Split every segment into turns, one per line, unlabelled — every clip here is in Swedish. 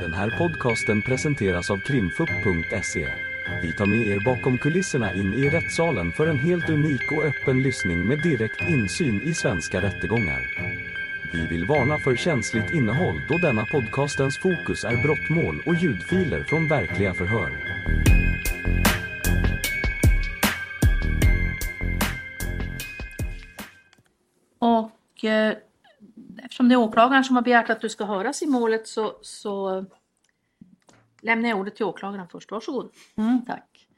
Den här podcasten presenteras av krimfupp.se. Vi tar med er bakom kulisserna in i rättssalen för en helt unik och öppen lyssning med direkt insyn i svenska rättegångar. Vi vill varna för känsligt innehåll då denna podcastens fokus är brottmål och ljudfiler från verkliga förhör.
Och eh, eftersom det är åklagaren som har begärt att du ska höras i målet så, så lämnar jag ordet till åklagaren först. Varsågod.
Mm, tack.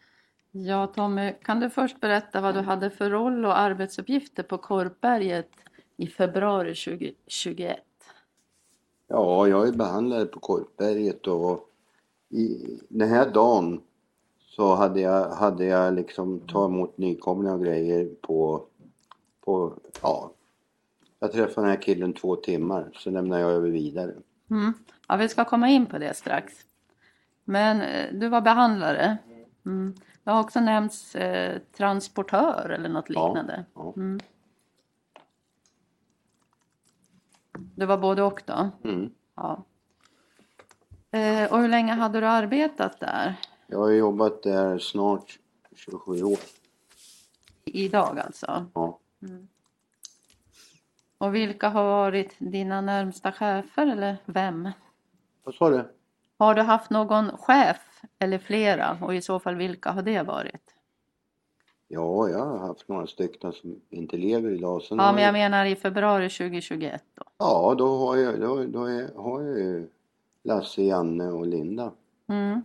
Ja, Tommy, kan du först berätta vad du hade för roll och arbetsuppgifter på Korpberget i februari 2021?
Ja, jag är behandlare på Korpberget och i, den här dagen så hade jag, hade jag liksom ta emot nykomlingar och grejer på, på, ja. Jag träffade den här killen två timmar, så lämnade jag över vidare.
Mm. Ja, vi ska komma in på det strax. Men eh, du var behandlare. Mm. Det har också nämnts eh, transportör eller något
Ja,
liknande.
ja.
Mm. Du var både och då?
Mm.
Ja. Eh, och hur länge hade du arbetat där?
Jag har jobbat där snart 27 år.
Idag alltså?
Ja.
Och vilka har varit dina närmsta chefer eller vem?
Vad sa du?
Har du haft någon chef eller flera och i så fall vilka har det varit?
Ja, jag har haft några stycken som inte lever idag. Sen
Ja,
har
men jag menar i februari 2021 då.
Ja, då har jag, då, då är, har jag ju Lasse, Janne och Linda.
Mm.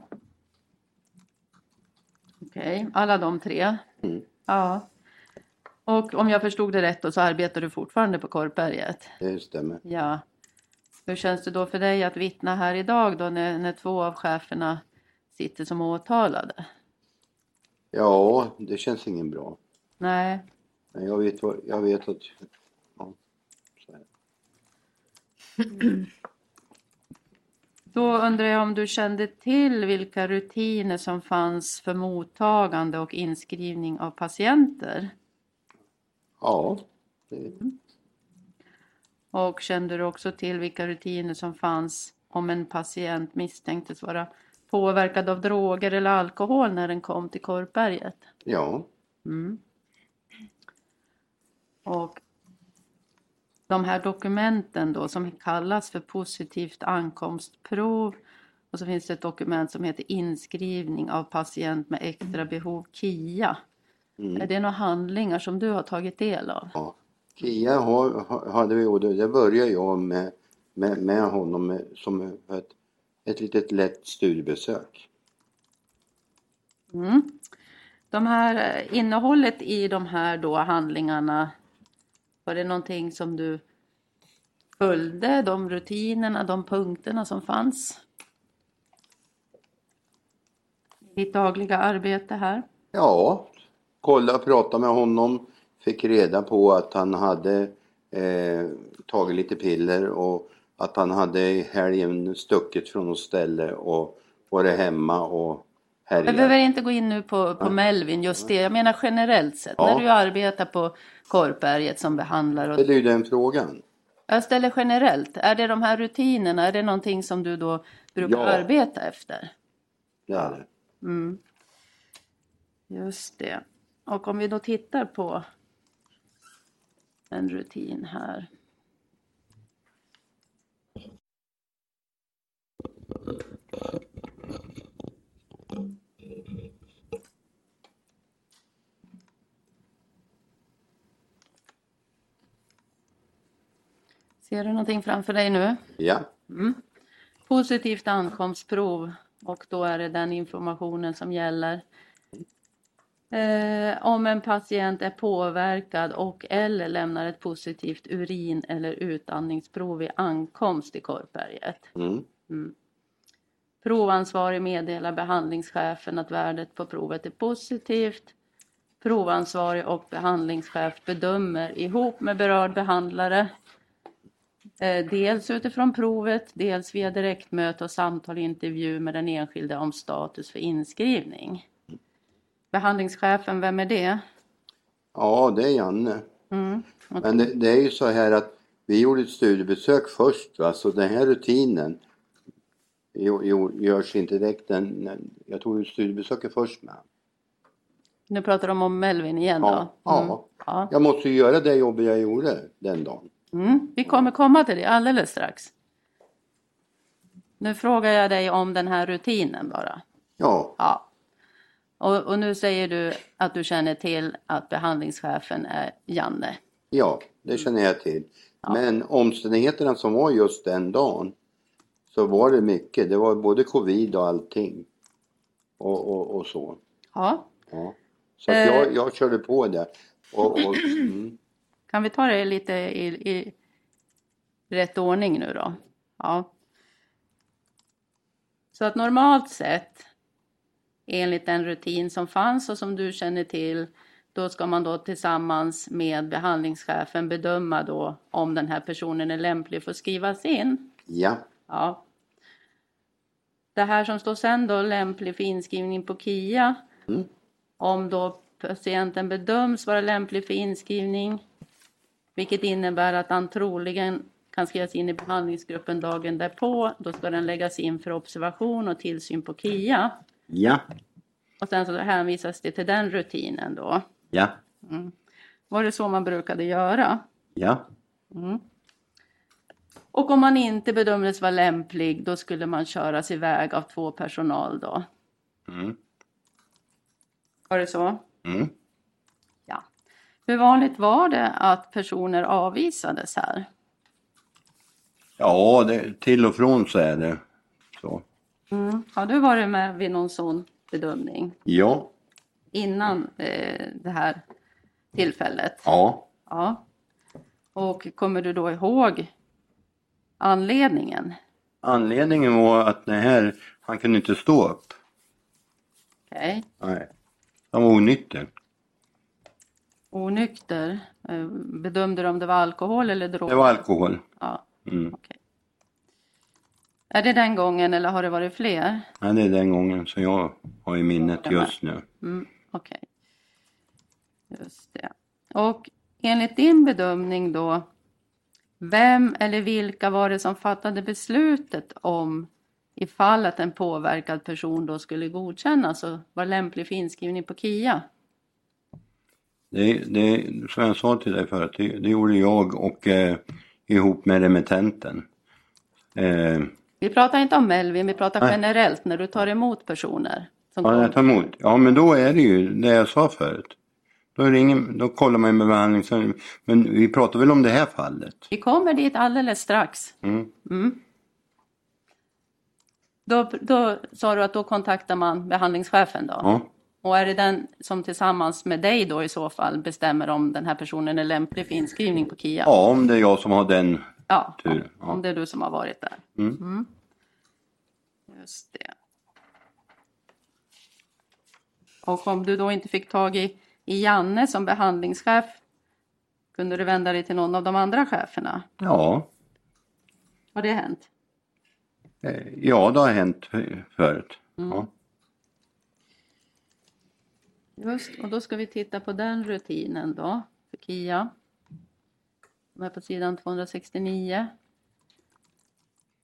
Okej, alla de tre.
Mm.
Ja. Och om jag förstod det rätt då så arbetar du fortfarande på Korpberget?
Det stämmer.
Ja. Hur känns det då för dig att vittna här idag då när, när två av cheferna sitter som åtalade?
Ja, det känns ingen bra.
Nej.
Men jag vet, vad- jag vet att... Ja, så är det.
Då undrar jag om du kände till vilka rutiner som fanns för mottagande och inskrivning av patienter?
ja det,
Och kände du också till vilka rutiner som fanns om en patient misstänktes vara påverkad av droger eller alkohol när den kom till Korpberget?
ja,
Mm. Och de här dokumenten då som kallas för positivt ankomstprov och så finns det ett dokument som heter inskrivning av patient med extra behov, KIA. Är det några handlingar som du har tagit del av?
ja. Kia har, har- hade vi och det det började jag med, med, med honom med, som ett, ett litet lätt studiebesök.
Mm. De här, eh, innehållet i de här då handlingarna, var det någonting som du följde? De rutinerna, de punkterna som fanns? I ditt dagliga arbete här?
Ja, kolla, prata med honom. Fick reda på att han hade eh, tagit lite piller och att han hade i helgen stuckit från något ställe och varit hemma och
Jag
härjat.
behöver inte gå in nu på, på Melvin, just det. Jag menar generellt sett,
Ja.
när du arbetar på Korpberget som behandlare. Och,
Det är ju den frågan.
jag ställer generellt, är det de här rutinerna, är det någonting som du då brukar
Ja.
arbeta efter?
Det är det.
Mm. Just det. Och om vi då tittar på en rutin här. Ser du någonting framför dig nu?
Ja,
Positivt ankomstprov och då är det den informationen som gäller. Eh, om en patient är påverkad och eller lämnar ett positivt urin eller utandningsprov vid ankomst till Korpberget.
mm.
Provansvarig meddelar behandlingschefen att värdet på provet är positivt. Provansvarig och behandlingschef bedömer ihop med berörd behandlare eh, dels utifrån provet, dels via direktmöte och samtal och intervju med den enskilde om status för inskrivning. Behandlingschefen, vem är det?
ja det är Janne.
Mm. Och-
Men det, det är ju så här att vi gjorde ett studiebesök först va, så den här rutinen Jo, jo, görs inte direkt en... Jag tog ju studiebesöket först med.
Nu pratar de om Melvin igen då. Mm.
Ja, ja.
ja.
Jag måste ju göra det jobbet jag gjorde den dagen.
Mm, vi kommer komma till det alldeles strax. Nu frågar jag dig om den här rutinen bara.
Ja,
Ja. Och, och nu säger du att du känner till att behandlingschefen är Janne.
ja, det känner jag till. Men omständigheterna som var just den dagen så var det mycket. Det var både covid och allting. Och, och, och så.
Ja.
Ja. Så att jag, jag körde på där. Och, och, mm.
Kan vi ta det lite i, i rätt ordning nu då? Ja. Så att normalt sett, enligt den rutin som fanns och som du känner till, då ska man då tillsammans med behandlingschefen bedöma då om den här personen är lämplig för att skrivas in.
Ja,
Ja. Det här som står sen då, lämplig för inskrivning på KIA.
Mm.
Om då patienten bedöms vara lämplig för inskrivning, vilket innebär att han troligen kan skrivas in i behandlingsgruppen dagen därpå, då ska den läggas in för observation och tillsyn på KIA.
ja,
Och sen så hänvisas det till den rutinen då.
ja,
Var det så man brukade göra?
ja,
Och om man inte bedömdes vara lämplig, då skulle man köras iväg av två personal då.
Mm.
Var det så?
mm.
Ja. Hur vanligt var det att personer avvisades här?
ja det, till och från så är det så.
Har du varit med vid någon sån bedömning
Ja,
innan eh, det här tillfället?
ja,
Ja. Och kommer du då ihåg anledningen?
Anledningen var att den här, han kunde inte stå upp.
Okej.
Nej. Han var onyttig.
Onykter. Eh, Bedömde du om det var alkohol eller droger?
Det var alkohol.
Ja.
Mm.
Okej. Är det den gången eller har det varit fler?
Ja, det är den gången som jag har i minnet just nu.
Mm, Okej. Just det. Och enligt din bedömning då, vem eller vilka var det som fattade beslutet om ifall att en påverkad person då skulle godkännas och var lämplig för inskrivning på KIA?
Det, det, som jag sa till dig förut, det, det gjorde jag och eh, ihop med remittenten. Eh,
Vi pratar inte om Melvin, vi pratar
Nej.
generellt när du tar emot personer. Som
ja,
kommer.
jag tar emot. Ja, men då är det ju det jag sa förut. Då, ringer, då kollar man med behandlings... Men vi pratar väl om det här fallet?
Vi kommer dit alldeles strax.
Mm.
Mm. Då, då sa du att då kontaktar man behandlingschefen då?
Ja,
Och är det den som tillsammans med dig då i så fall bestämmer om den här personen är lämplig för inskrivning på KIA?
ja om det är jag som har den
Ja,
turen.
om
Ja.
det är du som har varit där.
Mm.
Just det. Och om du då inte fick tag i, i Janne som behandlingschef, kunde du vända dig till någon av de andra cheferna?
ja.
Har det hänt?
Eh, Ja, det har hänt för- förut. Ja.
Just, och då ska vi titta på den rutinen då, för KIA. De är på sidan 269.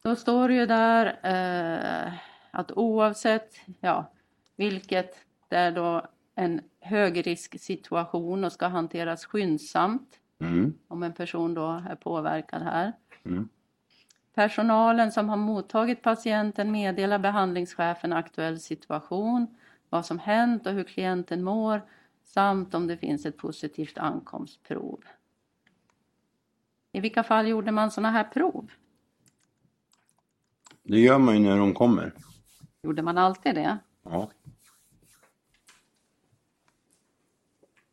Då står det ju där eh, att oavsett ja, vilket, det är då en högrisksituation och ska hanteras skyndsamt
Mm.
om en person då är påverkad här.
Mm.
Personalen som har mottagit patienten meddelar behandlingschefen aktuell situation, vad som hänt och hur klienten mår samt om det finns ett positivt ankomstprov. I vilka fall gjorde man sådana här prov?
Det gör man ju när de kommer.
Gjorde man alltid det?
Ja.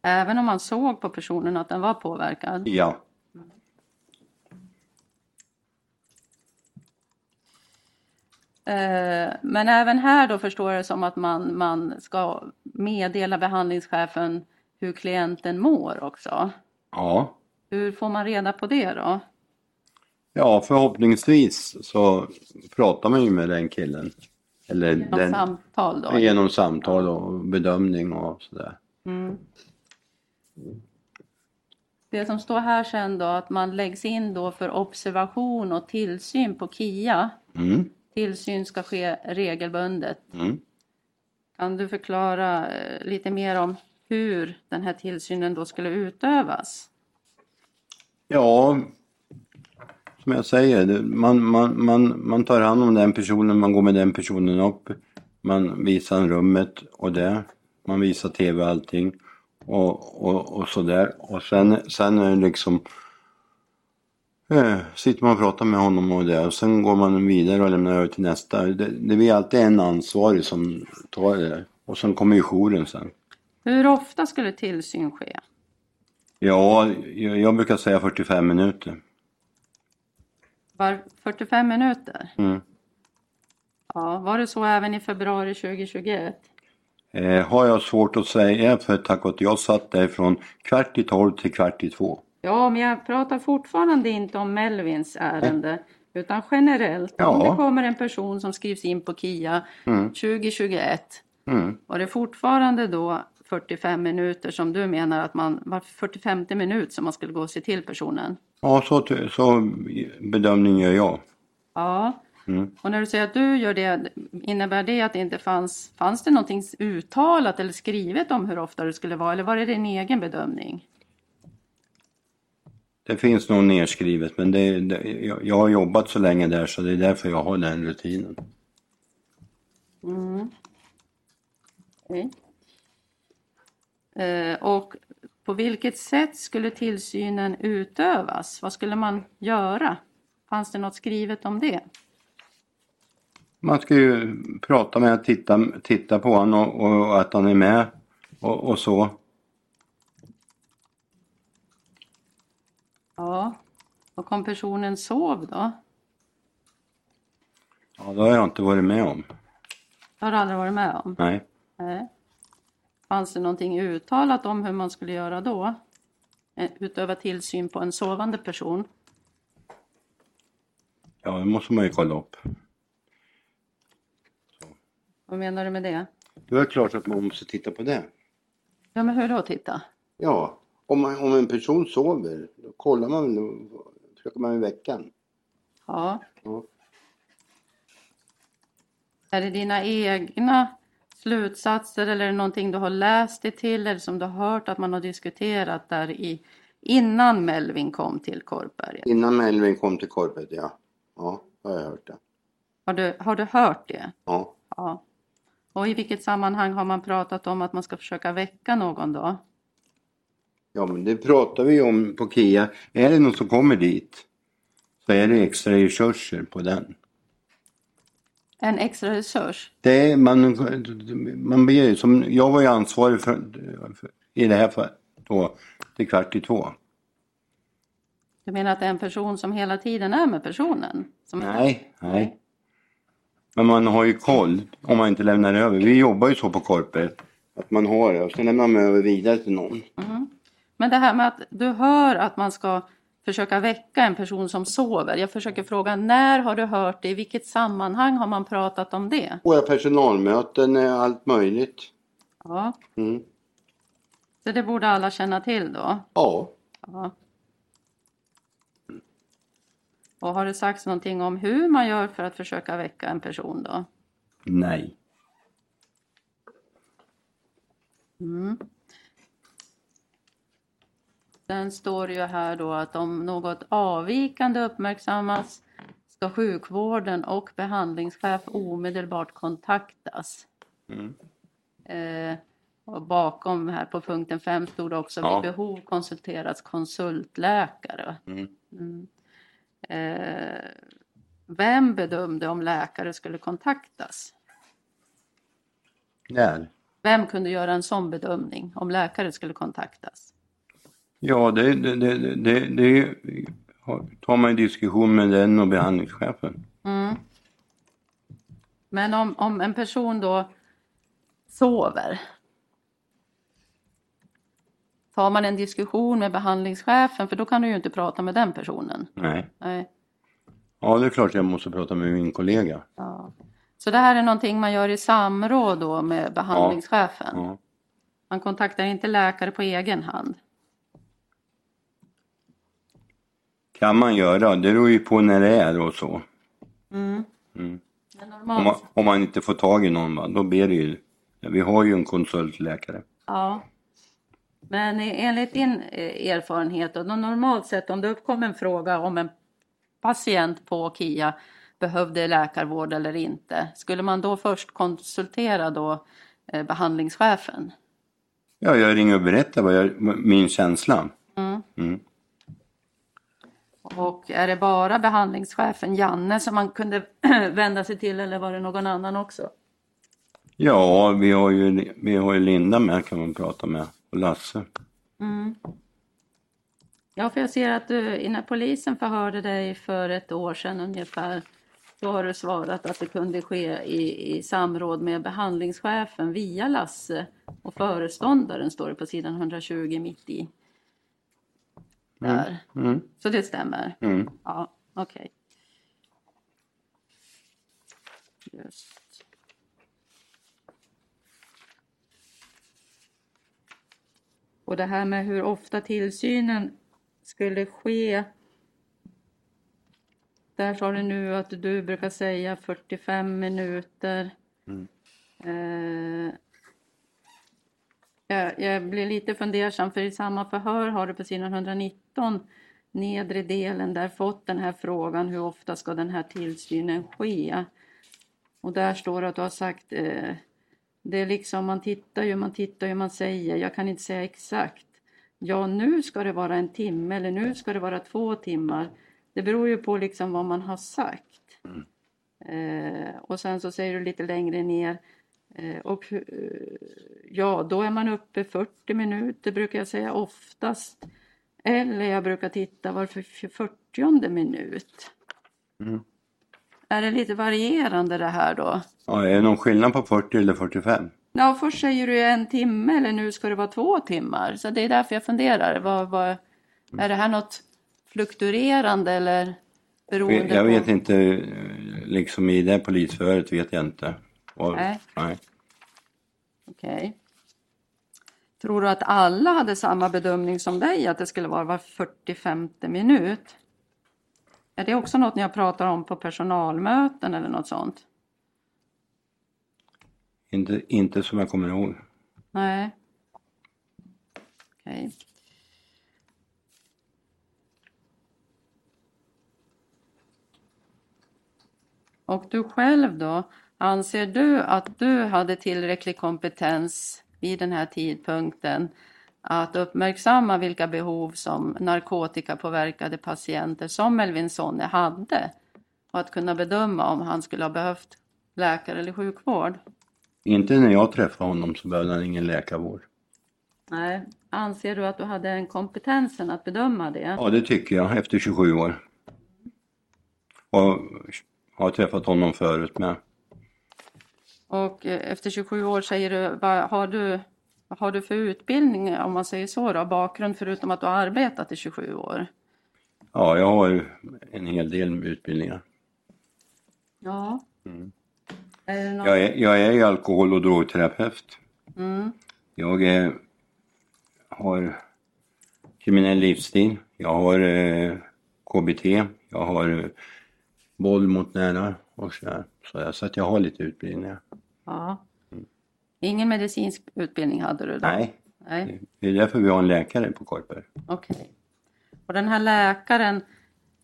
Även om man såg på personen att den var påverkad?
ja.
Eh, Men även här då förstår jag det som att man, man ska meddela behandlingschefen hur klienten mår också.
Ja.
Hur får man reda på det då?
Ja, förhoppningsvis så pratar man ju med den killen. Eller
Genom
den,
samtal då?
genom samtal och bedömning och sådär.
Mm. Det som står här sen då, att man läggs in då för observation och tillsyn på KIA
Mm.
Tillsyn ska ske regelbundet.
Mm.
Kan du förklara eh, lite mer om hur den här tillsynen då skulle utövas?
Ja, som jag säger, det- man, man, man, man tar hand om den personen, man går med den personen upp. Man visar rummet och det. Man visar tv och allting. Och, och, och sådär. Och sen, sen är det liksom... Eh, sitter man och pratar med honom och det. Och sen går man vidare och lämnar över till nästa. Det, det blir alltid en ansvarig som tar det. där. Och sen kommer ju jouren sen.
Hur ofta skulle tillsyn ske?
Ja, jag, jag brukar säga 45 minuter.
Var 45 minuter?
Mm.
Ja, var det så även i februari 2021?
Eh, har jag svårt att säga för tack och jag satt där från kvart i tolv till kvart i två.
Ja, men jag pratar fortfarande inte om Melvins ärende, utan generellt. Om
Ja.
det kommer en person som skrivs in på KIA 2021,
Mm.
var det fortfarande då 45 minuter som du menar att man, var 45 minut som man skulle gå och se till personen?
Ja, så, ty- så bedömning gör jag.
Ja.
Mm.
Och när du säger att du gör det, innebär det att det inte fanns, fanns det någonting uttalat eller skrivet om hur ofta det skulle vara, eller var det din egen bedömning?
Det finns nog nedskrivet men det, det, jag, jag har jobbat så länge där så det är därför jag har den rutinen.
Okej. Mm. Eh, och på vilket sätt skulle tillsynen utövas? Vad skulle man göra? Fanns det något skrivet om det?
Man ska ju prata med och titta, titta på honom och, och att han är med och, och så.
Ja. Och om personen sov då?
Ja, det har jag inte varit med om.
Det har du aldrig varit med om?
Nej.
Nej. Fanns det någonting uttalat om hur man skulle göra då? Eh, Utöva tillsyn på en sovande person?
Ja, det måste man ju kolla upp.
Vad menar du med det?
Det är klart att man måste titta på det.
Ja, men hur då titta?
Ja, om, man, om en person sover, då kollar man, då försöker man i veckan.
Ja.
Ja.
Är det dina egna slutsatser eller är det någonting du har läst dig till eller som du har hört att man har diskuterat där i innan Melvin kom till Korpberget?
Innan Melvin kom till korpet, ja. Ja, har jag hört det.
Har du, har du hört det?
Ja.
Ja. Och i vilket sammanhang har man pratat om att man ska försöka väcka någon då?
ja, men det pratar vi ju om på KIA. Är det någon som kommer dit så är det extra resurser på den.
En extra resurs?
Det är, man, man blir ju som, jag var ju ansvarig för, för, i det här fallet då, till kvart i två.
Du menar att det är en person som hela tiden är med personen? Som...
Nej, nej. Men man har ju koll om man inte lämnar över. Vi jobbar ju så på korpet. Att man har det och sen lämnar man över vidare till någon.
Men det här med att du hör att man ska försöka väcka en person som sover. Jag försöker fråga när har du hört det? I vilket sammanhang har man pratat om det?
Våra personalmöten, eh, allt möjligt.
Ja,
Mm.
så det borde alla känna till då.
Ja.
Ja. Och har det sagts någonting om hur man gör för att försöka väcka en person då?
Nej.
Sen står det ju här då att om något avvikande uppmärksammas ska sjukvården och behandlingschef omedelbart kontaktas.
Mm.
Eh, och bakom här på punkten 5 stod det också
Ja.
vid behov konsulteras konsultläkare.
Mm.
Mm. Eh, vem bedömde om läkare skulle kontaktas?
Där.
Vem kunde göra en sån bedömning om läkare skulle kontaktas?
Ja, det, det, det, det, det, det har- tar man ju diskussion med den och behandlingschefen.
Mm. Men om, om en person då sover. Tar man en diskussion med behandlingschefen för då kan du ju inte prata med den personen.
Nej.
Nej.
Ja, det är klart jag måste prata med min kollega.
Ja. Så det här är någonting man gör i samråd då med behandlingschefen.
Ja.
Man kontaktar inte läkare på egen hand.
Kan man göra, det beror ju på när det är och så.
normalt.
Om man, om man inte får tag i någon, va, då ber du ju. Vi har ju en konsultläkare.
Ja. Men enligt din eh, erfarenhet och då normalt sett om det uppkom en fråga om en patient på KIA behövde läkarvård eller inte, skulle man då först konsultera då eh, behandlingschefen?
Ja, jag ringer och berättar vad jag, min känsla.
Mm.
Mm.
Och är det bara behandlingschefen Janne som man kunde vända sig till eller var det någon annan också?
Ja, vi har ju, vi har ju Linda med kan man prata med. Och Lasse.
Mm. Ja, för jag ser att du, innan polisen förhörde dig för ett år sedan ungefär, då har du svarat att det kunde ske i, i samråd med behandlingschefen via Lasse och föreståndaren, står det på sidan 120 mitt i. Där.
Mm.
Så det stämmer?
Mm.
Ja, okej. Just. Och det här med hur ofta tillsynen skulle ske. Där sa du nu att du brukar säga 45 minuter. Eh, jag, Eh, jag blir lite fundersam för i samma förhör har du på sidan 119 nedre delen där fått den här frågan hur ofta ska den här tillsynen ske? Och där står det att du har sagt eh, det är liksom man tittar ju, man tittar ju, man säger jag kan inte säga exakt. Ja, nu ska det vara en timme eller nu ska det vara två timmar. Det beror ju på liksom vad man har sagt. Eh, och sen så säger du lite längre ner eh, och hu- ja, då är man uppe 40 minuter brukar jag säga oftast. Eller jag brukar titta var 40 minut.
Mm.
Är det lite varierande det här då?
Ja, är det någon skillnad på 40 eller 45?
Ja, först säger du en timme eller nu ska det vara två timmar. Så det är därför jag funderar. Vad, vad, är det här något fluktuerande eller beroende
Jag
på?
vet inte, eh, liksom i det polisförhöret vet jag inte. Och,
Nej.
nej.
Okej. Tror du att alla hade samma bedömning som dig att det skulle vara var 45 minut? Är det också något ni har pratat om på personalmöten eller något sånt?
Inte, inte som jag kommer ihåg.
Nej. Okej. Och du själv då? Anser du att du hade tillräcklig kompetens vid den här tidpunkten att uppmärksamma vilka behov som narkotikapåverkade patienter som Melvin Sonne hade och att kunna bedöma om han skulle ha behövt läkare eller sjukvård?
Inte när jag träffade honom så behövde han ingen läkarvård.
Nej. Anser du att du hade den kompetensen att bedöma det?
Ja, det tycker jag efter 27 år. Och har träffat honom förut med.
Och eh, efter 27 år säger du, vad har du, vad har du för utbildning eh, om man säger så då? Bakgrund förutom att du har arbetat i 27 år?
Ja, jag har ju en hel del utbildningar.
Ja.
Mm.
Är det någon...
Jag är, jag är ju alkohol och drogterapeut.
Mm.
Jag eh, har kriminell livsstil. Jag har eh, KBT. Jag har eh, våld mot nära och sådär. Så, jag- så att jag har lite utbildningar.
Ja. Ingen medicinsk utbildning hade du då?
Mm. Nej,
Nej.
det är därför vi har en läkare på Korper.
Okej. Och den här läkaren,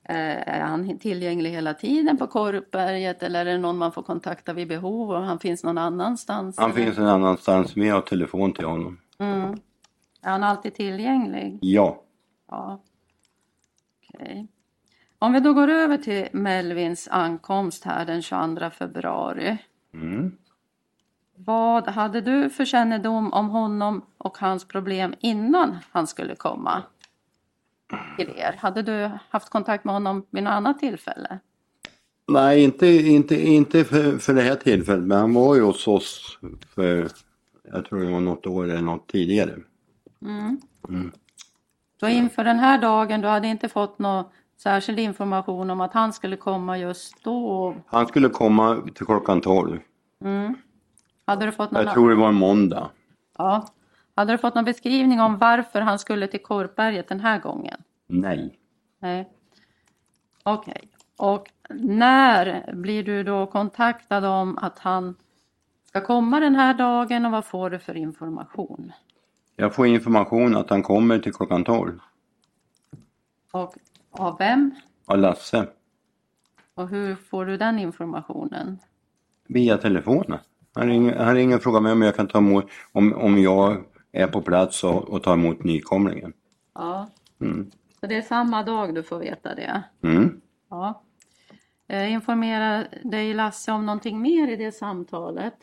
eh, är han tillgänglig hela tiden på Korpberget eller är det någon man får kontakta vid behov och han finns någon annanstans?
Han
eller?
finns en annanstans. Vi har telefon till honom.
Mm. Är han alltid tillgänglig?
Ja.
Ja. Okej. Om vi då går över till Melvins ankomst här den 22 februari.
Mm.
Vad hade du för kännedom om honom och hans problem innan han skulle komma till er? Hade du haft kontakt med honom vid något annat tillfälle?
Nej, inte, inte, inte för, för det här tillfället. Men han var ju hos oss för, jag tror det var något år eller något tidigare.
Så inför den här dagen, du hade inte fått någon särskild information om att han skulle komma just då?
Han skulle komma till klockan 12.
Mm. Hade du fått någon
Jag tror det var en måndag.
Ja. Hade du fått någon beskrivning om varför han skulle till Korpberget den här gången?
Nej.
Nej. Okej. Och när blir du då kontaktad om att han ska komma den här dagen och vad får du för information?
Jag får information att han kommer till klockan 12.
Och av vem?
Av Lasse.
Och hur får du den informationen?
Via telefonen. Han ringer, han ringer och frågar mig om jag kan ta emot, om, om jag är på plats och, och tar emot nykomlingen.
Ja,
Mm.
så det är samma dag du får veta det.
Mm.
Ja. Eh, Informera dig Lasse om någonting mer i det samtalet.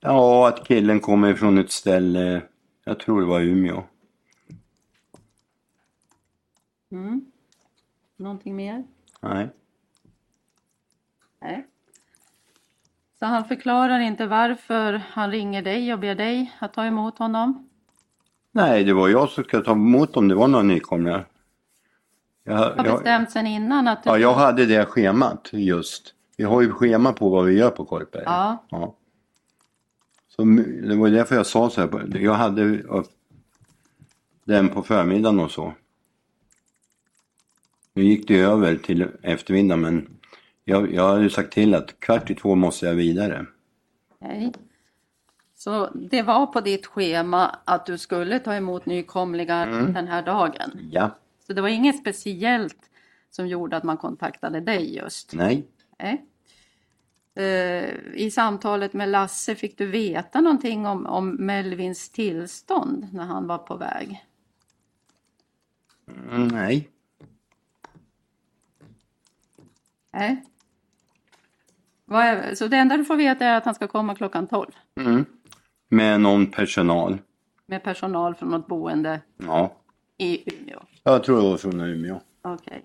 Ja, att killen kommer från ett ställe, jag tror det var Umeå.
Mm. Någonting mer?
Nej.
Nej. Så han förklarar inte varför han ringer dig och ber dig att ta emot honom?
Nej, det var jag som skulle ta emot om det var några nykomlingar. Jag,
Du har bestämt sen innan att du...
ja, jag hade det schemat just. Vi har ju schema på vad vi gör på Korpberg.
Ja.
Ja. Så m- det var därför jag sa så här. på- Jag hade upp den på förmiddagen och så. Nu gick det över till eftermiddagen men jag, jag hade ju sagt till att kvart i två måste jag vidare.
Nej. Så det var på ditt schema att du skulle ta emot nykomlingar
Mm.
den här dagen.
Ja,
Så det var inget speciellt som gjorde att man kontaktade dig just?
nej,
Nej. Eh, I samtalet med Lasse fick du veta någonting om, om Melvins tillstånd när han var på väg?
mm, nej.
Nej. Vad är, så det enda du får veta är att han ska komma klockan 12
Mm. Med någon personal.
med personal från något boende
Ja,
i Umeå.
jag tror det var från Umeå.
Okej.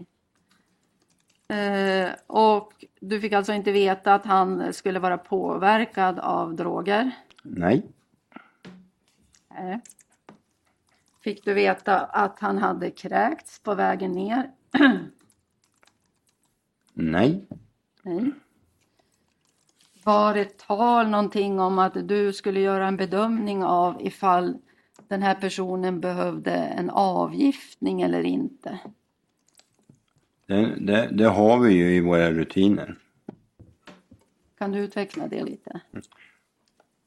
Eh, och du fick alltså inte veta att han skulle vara påverkad av droger?
Nej,
Nej. Fick du veta att han hade kräkts på vägen ner?
nej,
Nej. Var det tal någonting om att du skulle göra en bedömning av ifall den här personen behövde en avgiftning eller inte?
det, det, det har vi ju i våra rutiner.
Kan du utveckla det lite?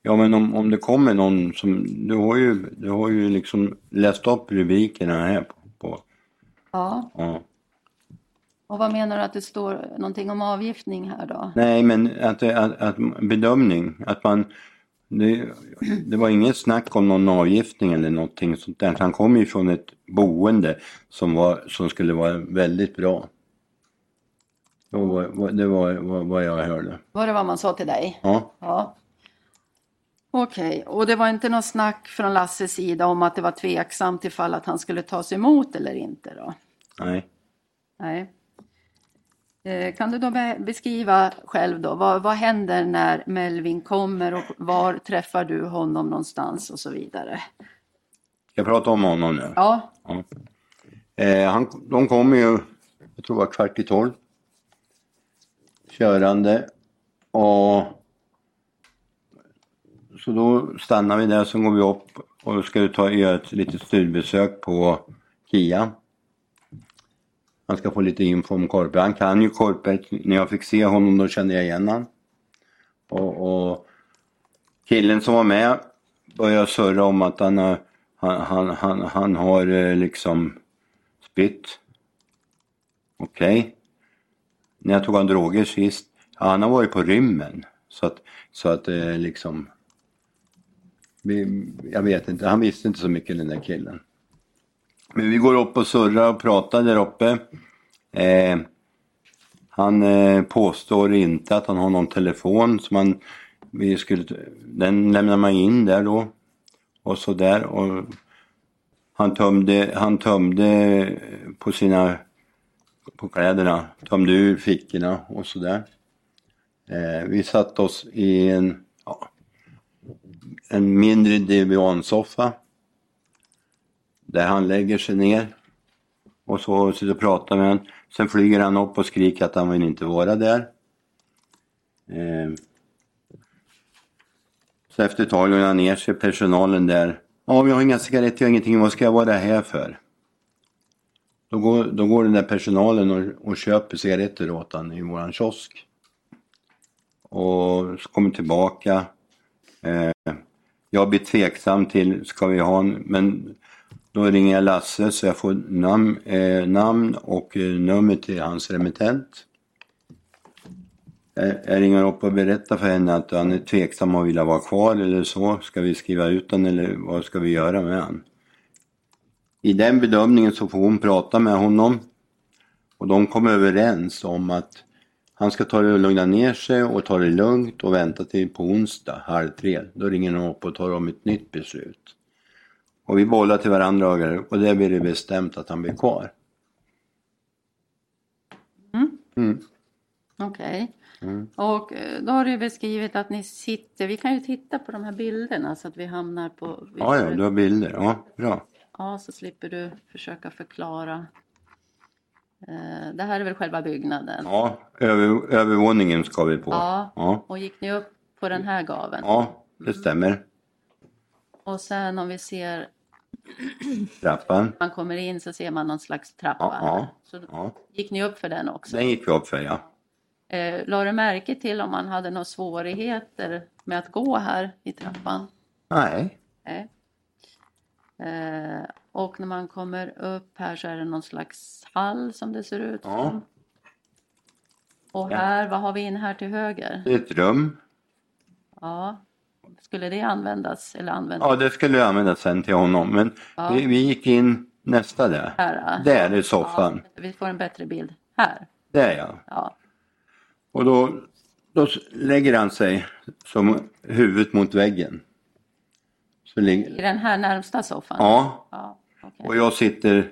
Ja men om, om det kommer någon som, du har ju, du har ju liksom läst upp rubrikerna här på, på
Ja,
ja.
och vad menar du att det står någonting om avgiftning här då?
Nej men att, det- att, att bedömning, att man, det, det var inget snack om någon avgiftning eller någonting sånt där. Han kom ju från ett boende som, var, som skulle vara väldigt bra. Det var, det var, var vad jag hörde.
Var det vad man sa till dig?
Ja,
Ja. Okej, och det var inte något snack från Lasses sida om att det var tveksamt ifall att han skulle tas emot eller inte då?
nej.
Nej. Eh, Kan du då be- beskriva själv då, vad, vad händer när Melvin kommer och var träffar du honom någonstans och så vidare?
Ska jag prata om honom nu?
Ja,
Ja. Eh, han, de kom ju, jag tror det var kvart i tolv. Körande. Och så då stannar vi där, sen går vi upp och ska ta, göra ett litet studiebesök på KIA. Han ska få lite info om Korpe. Han kan ju Korpe. När jag fick se honom då kände jag igen honom. Och, och killen som var med började surra om att han har, han, han, han, han har eh, liksom spytt. Okej. När jag tog han droger sist, ja, han har varit på rymmen. Så att, så att eh, liksom, vi, jag vet inte, han visste inte så mycket den där killen. Men vi går upp och surrar och pratar där uppe. Eh, han eh, påstår inte att han har någon telefon som han, vi skulle, den lämnar man in där då. Och så där och han tömde, han tömde på sina, på kläderna, tömde ur fickorna och så där. Eh, vi satt oss i en, ja, en mindre divansoffa. Där han lägger sig ner. Och så sitter och pratar med honom. Sen flyger han upp och skriker att han vill inte vara där. Eh, så efter ett tag lugnar han ner sig, personalen där. Ja, vi har inga cigaretter, jag har ingenting, vad ska jag vara här för? Då går, då går den där personalen och, och köper cigaretter åt han i våran kiosk. Och så kommer tillbaka. Eh, jag blir tveksam till, ska vi ha en, men då ringer jag Lasse så jag får nam, eh, namn och eh, nummer till hans remittent. Jag, jag ringer upp och berättar för henne att han är tveksam och vill vara kvar eller så. Ska vi skriva ut den eller vad ska vi göra med han? I den bedömningen så får hon prata med honom. Och de kommer överens om att han ska ta det och lugna ner sig och ta det lugnt och vänta till på onsdag halv tre. Då ringer de upp och tar om ett nytt beslut. Och vi bollar till varandra och- och det blir det bestämt att han blir kvar.
Okej.
Mm.
Och eh, då har du ju beskrivit att ni sitter, vi kan ju titta på de här bilderna så att vi hamnar på...
Ja, ja, du har bilder. Ja, bra.
Ja, så slipper du försöka förklara. Eh, Det här är väl själva byggnaden?
Ja, över, övervåningen ska vi på.
Ja.
Ja,
Och gick ni upp på den här gaveln?
ja det stämmer.
Och sen om vi ser,
Trappan.
man kommer in så ser man någon slags
Ja,
trappa.
ja,
Så
ja.
gick ni upp för den också?
Den gick vi upp för ja.
Eh, Lade du märke till om man hade några svårigheter med att gå här i trappan?
Nej.
Nej. Eh, och när man kommer upp här så är det någon slags hall som det ser ut
Ja.
som. Och här, vad har vi in här till höger?
Det är ett rum.
Ja. Skulle det användas eller användas
Ja, det skulle jag använda sen till honom. Men
Ja.
vi, vi gick in nästa där.
här? eh?
Där är soffan.
Ja, vi får en bättre bild här.
Där ja.
Ja.
Och då, då s- lägger han sig som huvudet mot väggen. Så
I
ligger...
den här närmsta soffan?
Ja,
Ja, okej.
och jag sitter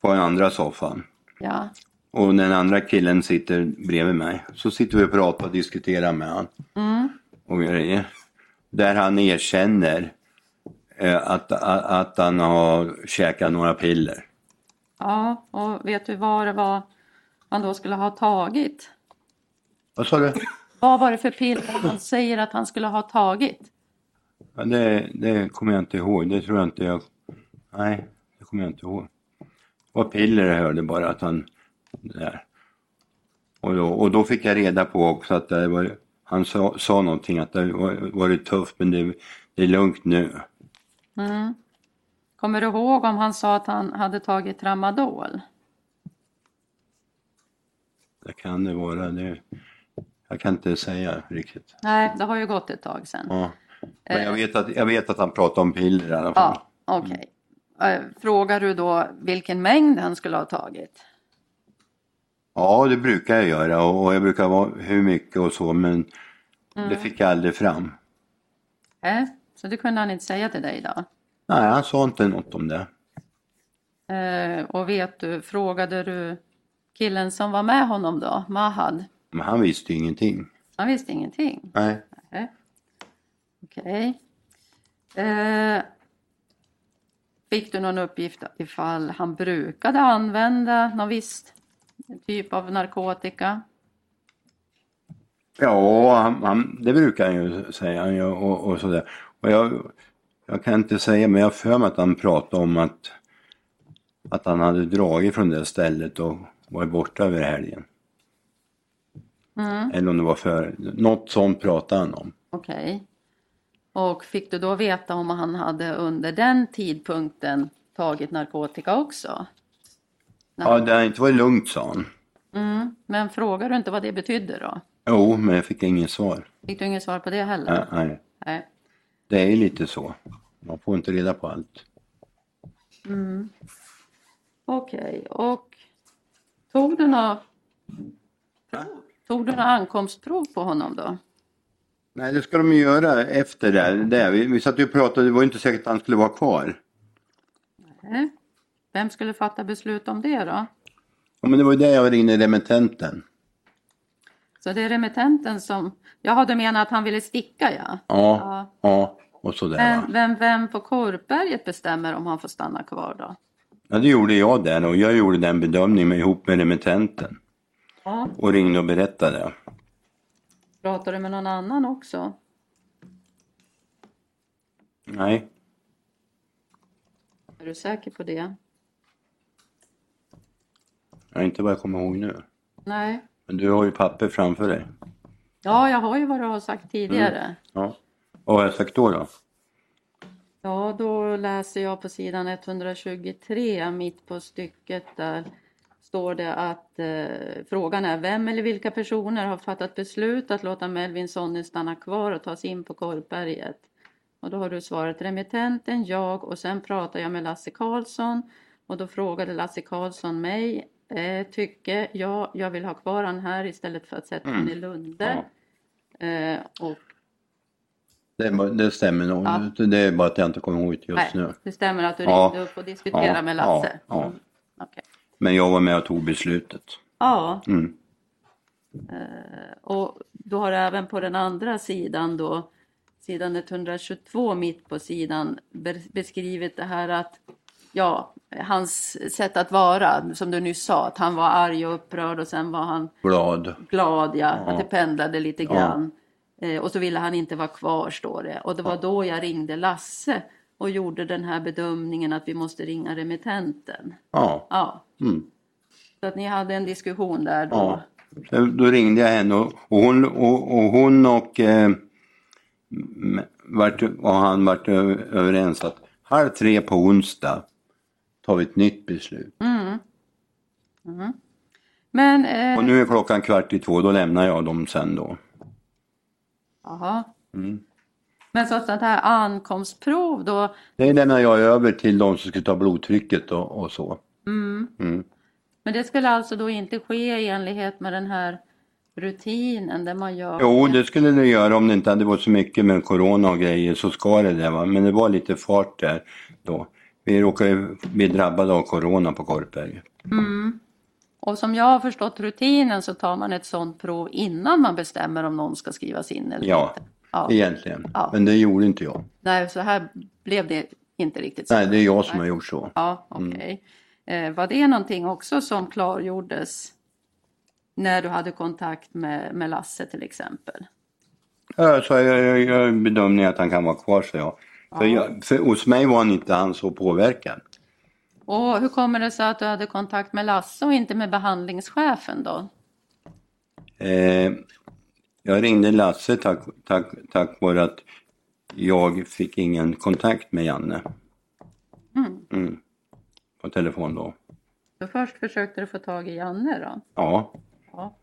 på den andra soffan.
ja.
Och den andra killen sitter bredvid mig. Så sitter vi och pratar och diskuterar med han. Och grejer. Där han erkänner eh, att, att, att han har käkat några piller.
ja, och vet du vad det var man då skulle ha tagit?
Vad sa du?
Vad var det för piller han säger att han skulle ha tagit?
Ja, det, det kommer jag inte ihåg. Det tror jag inte jag... Nej, det kommer jag inte ihåg. Det var piller jag hörde bara att han... det Där. Och, då, och då fick jag reda på också att det var, han sa, sa någonting att det var, var det tufft men det, det är lugnt nu.
Kommer du ihåg om han sa att han hade tagit tramadol?
Det kan det vara. Det, jag kan inte säga riktigt.
Nej, det har ju gått ett tag sedan.
Ja. Men jag vet, att, jag vet att han pratar om piller i alla fall.
Ja, okej. Eh, Frågar du då vilken mängd han skulle ha tagit?
Ja, det brukar jag göra och och jag brukar vara hur mycket och så men det fick jag aldrig fram.
Nej, Eh, så det kunde han inte säga till dig då.
Nej, han sa inte något om det.
Eh, Och vet du, frågade du killen som var med honom då, Mahad?
Men han visste ju ingenting.
Han visste ingenting.
Nej.
Nej. Okej. Eh, Fick du någon uppgift ifall han brukade använda någon viss typ av narkotika?
Ja, han, han, det brukar han ju säga han ju, och, och sådär. Och jag, jag kan inte säga men jag har för mig att han pratade om att, att han hade dragit från det stället och var borta över helgen. Eller om det var för något sånt pratade han om.
Okej. Och fick du då veta om han hade under den tidpunkten tagit narkotika också?
Ja, det har inte varit lugnt sa han.
Mm. Men frågar du inte vad det betydde då?
Jo, men jag fick inget svar.
Fick du inget svar på det heller?
Nej, nej.
Nej.
Det är ju lite så. Man får inte reda på allt.
Okej, och tog du några prov? Tog du några ankomstprov på honom då?
Nej, det ska de ju göra efter det. här. det här, vi, vi satt ju och pratade, det var ju inte säkert att han skulle vara kvar.
Nej. Vem skulle fatta beslut om det då?
Ja, men det var ju det jag ringde remittenten.
Så det är remittenten som... Jaha, du menar att han ville sticka ja.
Ja,
Ja.
ja, och sådär.
Vem,
Va?
vem, vem på Korpberget bestämmer om han får stanna kvar då?
Ja, det gjorde jag där och jag gjorde den bedömningen med, ihop med remittenten.
Ja.
Och ringde och berättade.
Pratar du med någon annan också?
Nej,
Är du säker på det?
Ja, inte vad jag kommer ihåg nu.
Nej.
Men du har ju papper framför dig.
Ja, jag har ju vad du har sagt tidigare.
Ja. Vad har jag sagt då? då?
Ja, då läser jag på sidan 123, mitt på stycket där står det att eh, frågan är vem eller vilka personer har fattat beslut att låta Melvin Sonny stanna kvar och tas in på Korpberget? Och då har du svarat remittenten, jag och sen pratar jag med Lasse Karlsson och då frågade Lasse Karlsson mig, eh, tycke, ja, jag vill ha kvar han här istället för att sätta honom i Lunde. Eh, och
Det, är- det stämmer nog.
Ja.
Det är bara att jag inte kommer ihåg det just
Nej,
nu.
det stämmer att du
Ja.
ringde upp och diskuterade
Ja,
med Lasse?
ja, ja.
Mm, okej.
Men jag var med och tog beslutet.
ja
Mm.
och du har även på den andra sidan då, sidan 122 mitt på sidan, be- beskrivit det här att Ja, hans sätt att vara, som du nyss sa, att han var arg och upprörd och sen var han
Glad.
glad, ja,
Ja.
att det pendlade lite
Ja.
grann. Eh, och så ville han inte vara kvar, står det. Och det var då jag ringde Lasse och gjorde den här bedömningen att vi måste ringa remittenten.
Ja.
Ja,
Mm.
Så att ni hade en diskussion där då?
ja. Så Då ringde jag henne och, och hon och, och, hon och, eh, m- vart, och han vart ö- överens att halv tre på onsdag tar vi ett nytt beslut.
Mm. Men, eh,
Och nu är klockan kvart i två, då lämnar jag dem sen då.
jaha.
Mm.
Men så att sånt här ankomstprov då,
Det lämnar jag över till de som ska ta blodtrycket och, och så.
men det skulle alltså då inte ske i enlighet med den här rutinen där man gör...
Jo, det skulle det göra om det inte hade varit så mycket med corona och grejer så ska det det va. Men det var lite fart där då. Vi råkade ju bli drabbade av corona på Korpberget.
Och som jag har förstått rutinen så tar man ett sånt prov innan man bestämmer om någon ska skrivas in eller
Ja,
Ja.
egentligen.
Ja.
Men det gjorde inte jag.
Nej, så här blev det inte riktigt. Så.
Nej, Mm. det är jag som har gjort så.
Ja, okej. Eh, var det någonting också som klargjordes när du hade kontakt med, med Lasse till exempel?
Ja, Så jag, jag, jag bedömde att han kan vara kvar, så jag. För, jag, för hos mig var han inte han så påverkad.
Och hur kommer det sig att du hade kontakt med Lasse och inte med behandlingschefen då?
Eh, jag ringde Lasse tack, tack, tack vare att jag fick ingen kontakt med Janne. Mm. På telefon då.
Så först försökte du få tag i Janne då?
Ja,
Ja.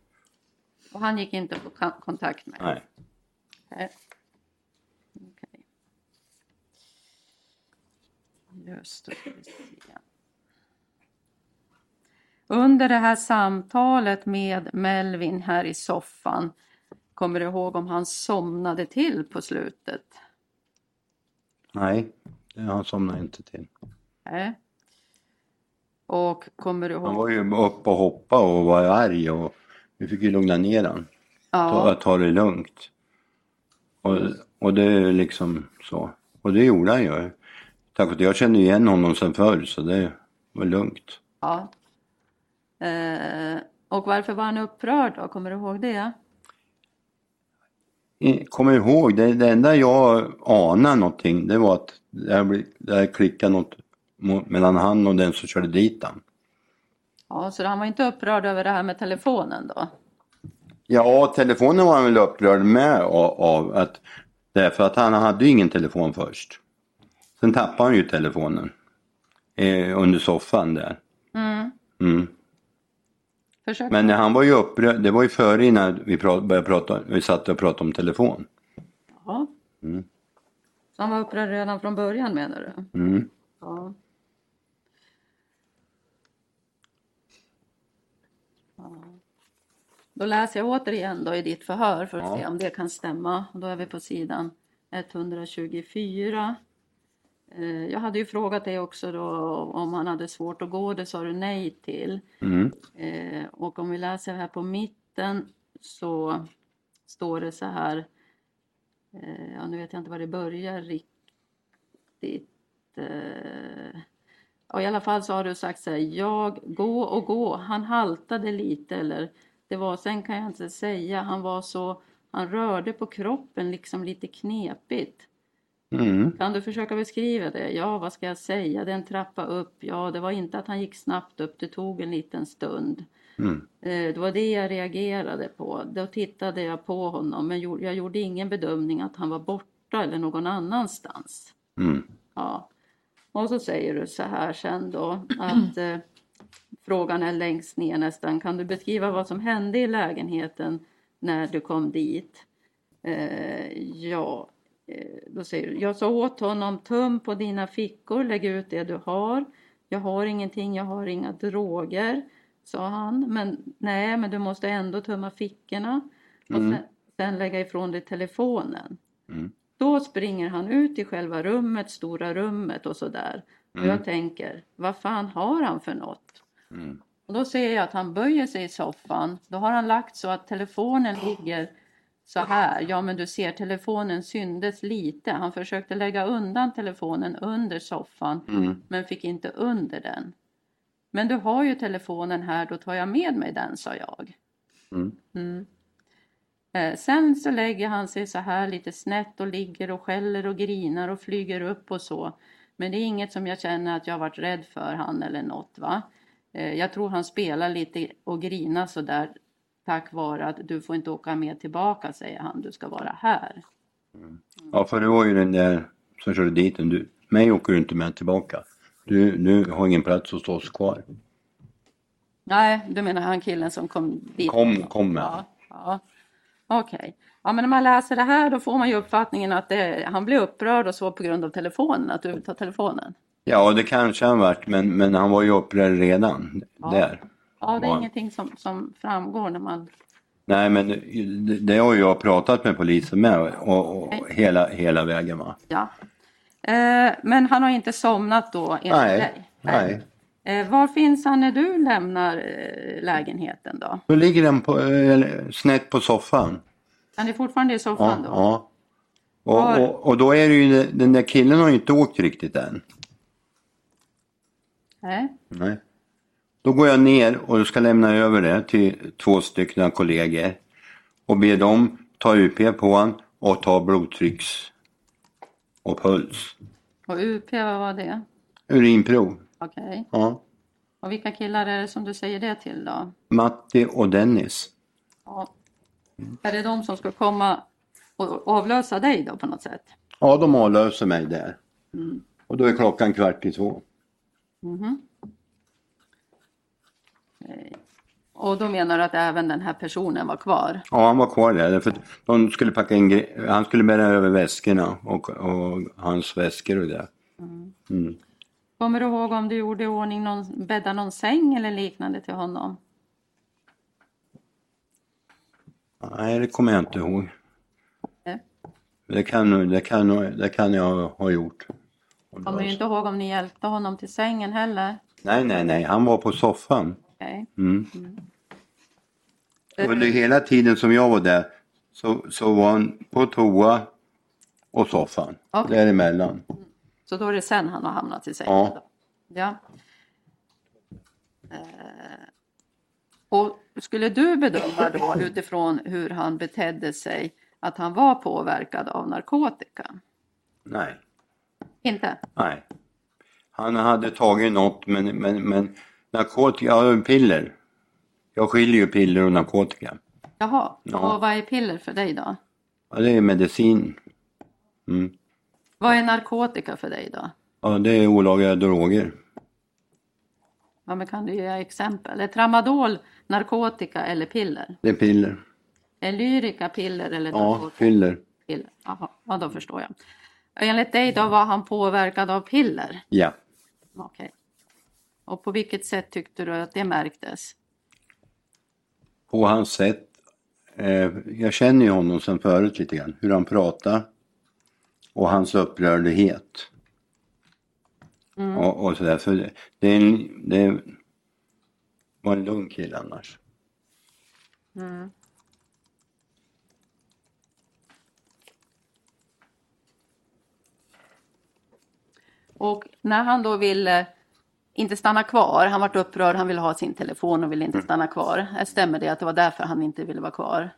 Och han gick inte att få ka- kontakt med?
nej.
Nej. Okej. Just det, ska vi se. Under det här samtalet med Melvin här i soffan, kommer du ihåg om han somnade till på slutet?
Nej, han somnade inte till.
Nej. Och kommer du
Han
ihåg?
var ju upp och hoppa och var arg och vi fick ju lugna ner han. Ta,
Ja,
ta det lugnt. Och, och det är liksom så. Och det gjorde han ju. Tack vare att jag kände igen honom sen förr så det var lugnt.
ja. Eh, och varför var han upprörd då? Kommer du ihåg det?
I- Kommer ihåg, det, det enda jag anade någonting det var att det här, bli- det här klickade något mo- mellan han och den som körde dit han.
Ja, så han var inte upprörd över det här med telefonen då?
Ja, telefonen var han väl upprörd med av, av att därför att han hade ju ingen telefon först. Sen tappade han ju telefonen eh, under soffan där. Mm.
Försök.
Men han var ju upprörd, det var ju före innan vi pra- började prata, vi satt och pratade om telefon.
Ja. Så han var upprörd redan från början menar du?
Mm.
Ja. Ja. Då läser jag återigen då i ditt förhör för att
Ja.
se om det kan stämma. Då är vi på sidan 124. Eh, Jag hade ju frågat dig också då om han hade svårt att gå, det sa du nej till.
Mm.
Eh, och om vi läser här på mitten så står det så här. Eh, ja, nu vet jag inte var det börjar riktigt. Eh, ja, I alla fall så har du sagt så här. Jag, gå och gå. Han haltade lite eller det var, sen kan jag inte säga. Han var så, han rörde på kroppen liksom lite knepigt.
Mm.
Kan du försöka beskriva det? Ja, vad ska jag säga? Det är en trappa upp. Ja, det var inte att han gick snabbt upp. Det tog en liten stund.
Mm.
Eh, Det var det jag reagerade på. Då tittade jag på honom, men gjorde- jag gjorde ingen bedömning att han var borta eller någon annanstans.
Mm.
Ja. Och så säger du så här sen då att eh, frågan är längst ner nästan. Kan du beskriva vad som hände i lägenheten när du kom dit? Eh, ja, eh, då säger du. Jag sa åt honom tum på dina fickor, lägg ut det du har. Jag har ingenting, jag har inga droger, sa han. Men nej, men du måste ändå tumma fickorna och
Mm.
sen, sen lägga ifrån dig telefonen.
Mm.
Då springer han ut i själva rummet, stora rummet och sådär. Och jag tänker, vad fan har han för något?
Mm.
Och då ser jag att han böjer sig i soffan. Då har han lagt så att telefonen ligger så här. Ja, men du ser, telefonen syndes lite. Han försökte lägga undan telefonen under soffan,
Mm.
men fick inte under den. Men du har ju telefonen här, då tar jag med mig den, sa jag.
Mm.
Mm. Eh, Sen så lägger han sig så här lite snett och ligger och skäller och grinar och flyger upp och så. Men det är inget som jag känner att jag har varit rädd för han eller något va. Eh, Jag tror han spelar lite och grinar så där tack vare att du får inte åka med tillbaka säger han, du ska vara här.
Ja, för du var ju den där som körde dit den. Du, mig åker du inte med tillbaka. Du, du har ingen plats hos oss kvar.
Nej, du menar han killen som kom dit?
Kom, kom med.
Ja, ja. Okej. Ja, men när man läser det här då får man ju uppfattningen att det, han blev upprörd och så på grund av telefonen, att du vill ta telefonen.
Ja, det kanske han vart, men, men han var ju upprörd redan
Ja.
där.
Ja, det är
Ja.
ingenting som, som framgår när man...
Nej, men det, det har ju jag pratat med polisen med och, och hela, hela vägen va.
Ja. Eh, men han har inte somnat då enligt
Nej,
dig?
nej.
Eh, var finns han när du lämnar eh, lägenheten då?
Då ligger den på, eller, snett på soffan.
Han är fortfarande i
Ja,
soffan då?
ja. Och,
Var-
och, och då är det ju, den där killen har ju inte åkt riktigt än.
Nej.
Nej. Då går jag ner och ska lämna över det till två stycken kollegor. Och ber dem ta UP på han och ta blodtrycks och puls.
Och UP, vad var det?
Urinprov.
Okej.
Ja.
Och vilka killar är det som du säger det till då?
Matti och Dennis.
Ja. Är det de som ska komma och avlösa dig då på något sätt?
Ja, de avlöser mig där. Och då är klockan kvart i två.
Och då menar du att även den här personen var kvar?
Ja, han var kvar där. För de skulle packa in, gre- han skulle bära över väskorna och, och hans väskor och det.
Kommer du ihåg om du gjorde i ordning någon, bädda någon säng eller liknande till honom?
Nej, det kommer jag inte ihåg.
Nej.
Det kan, det kan, det kan jag ha gjort. Och det
Kommer
var-
du inte ihåg om ni hjälpte honom till sängen heller?
Nej, nej, nej. Han var på soffan.
Okej.
Mm.
Mm.
Under hela tiden som jag var där så, så var han på toa och soffan.
Okej.
Däremellan.
Så då är det sen han har hamnat i sängen?
Ja.
då? ja. Eh, Och skulle du bedöma då utifrån hur han betedde sig att han var påverkad av narkotika?
Nej,
Inte?
nej. Han hade tagit något men, men, men narkotika, ja, piller. Jag skiljer ju piller och narkotika.
Jaha,
Ja.
och vad är piller för dig då?
Ja, det är medicin. Mm.
Vad är narkotika för dig då?
Ja, det är olagliga droger.
Ja, men kan du ge exempel? Är tramadol narkotika eller piller?
Det är piller.
Är lyrika piller eller
Ja,
narkotika?
piller.
piller? Jaha, ja, då förstår jag. Enligt dig då var han påverkad av piller?
Ja.
Okej. Och på vilket sätt tyckte du att det märktes?
på hans sätt. Eh, jag känner ju honom sen förut lite grann, hur han pratar och hans upprördhet. Och, och sådär, för det, det, är en, det var en lugn kille annars.
Och när han då ville inte stanna kvar, han vart upprörd, han ville ha sin telefon och ville inte stanna kvar. Stämmer det att det var därför han inte ville vara kvar?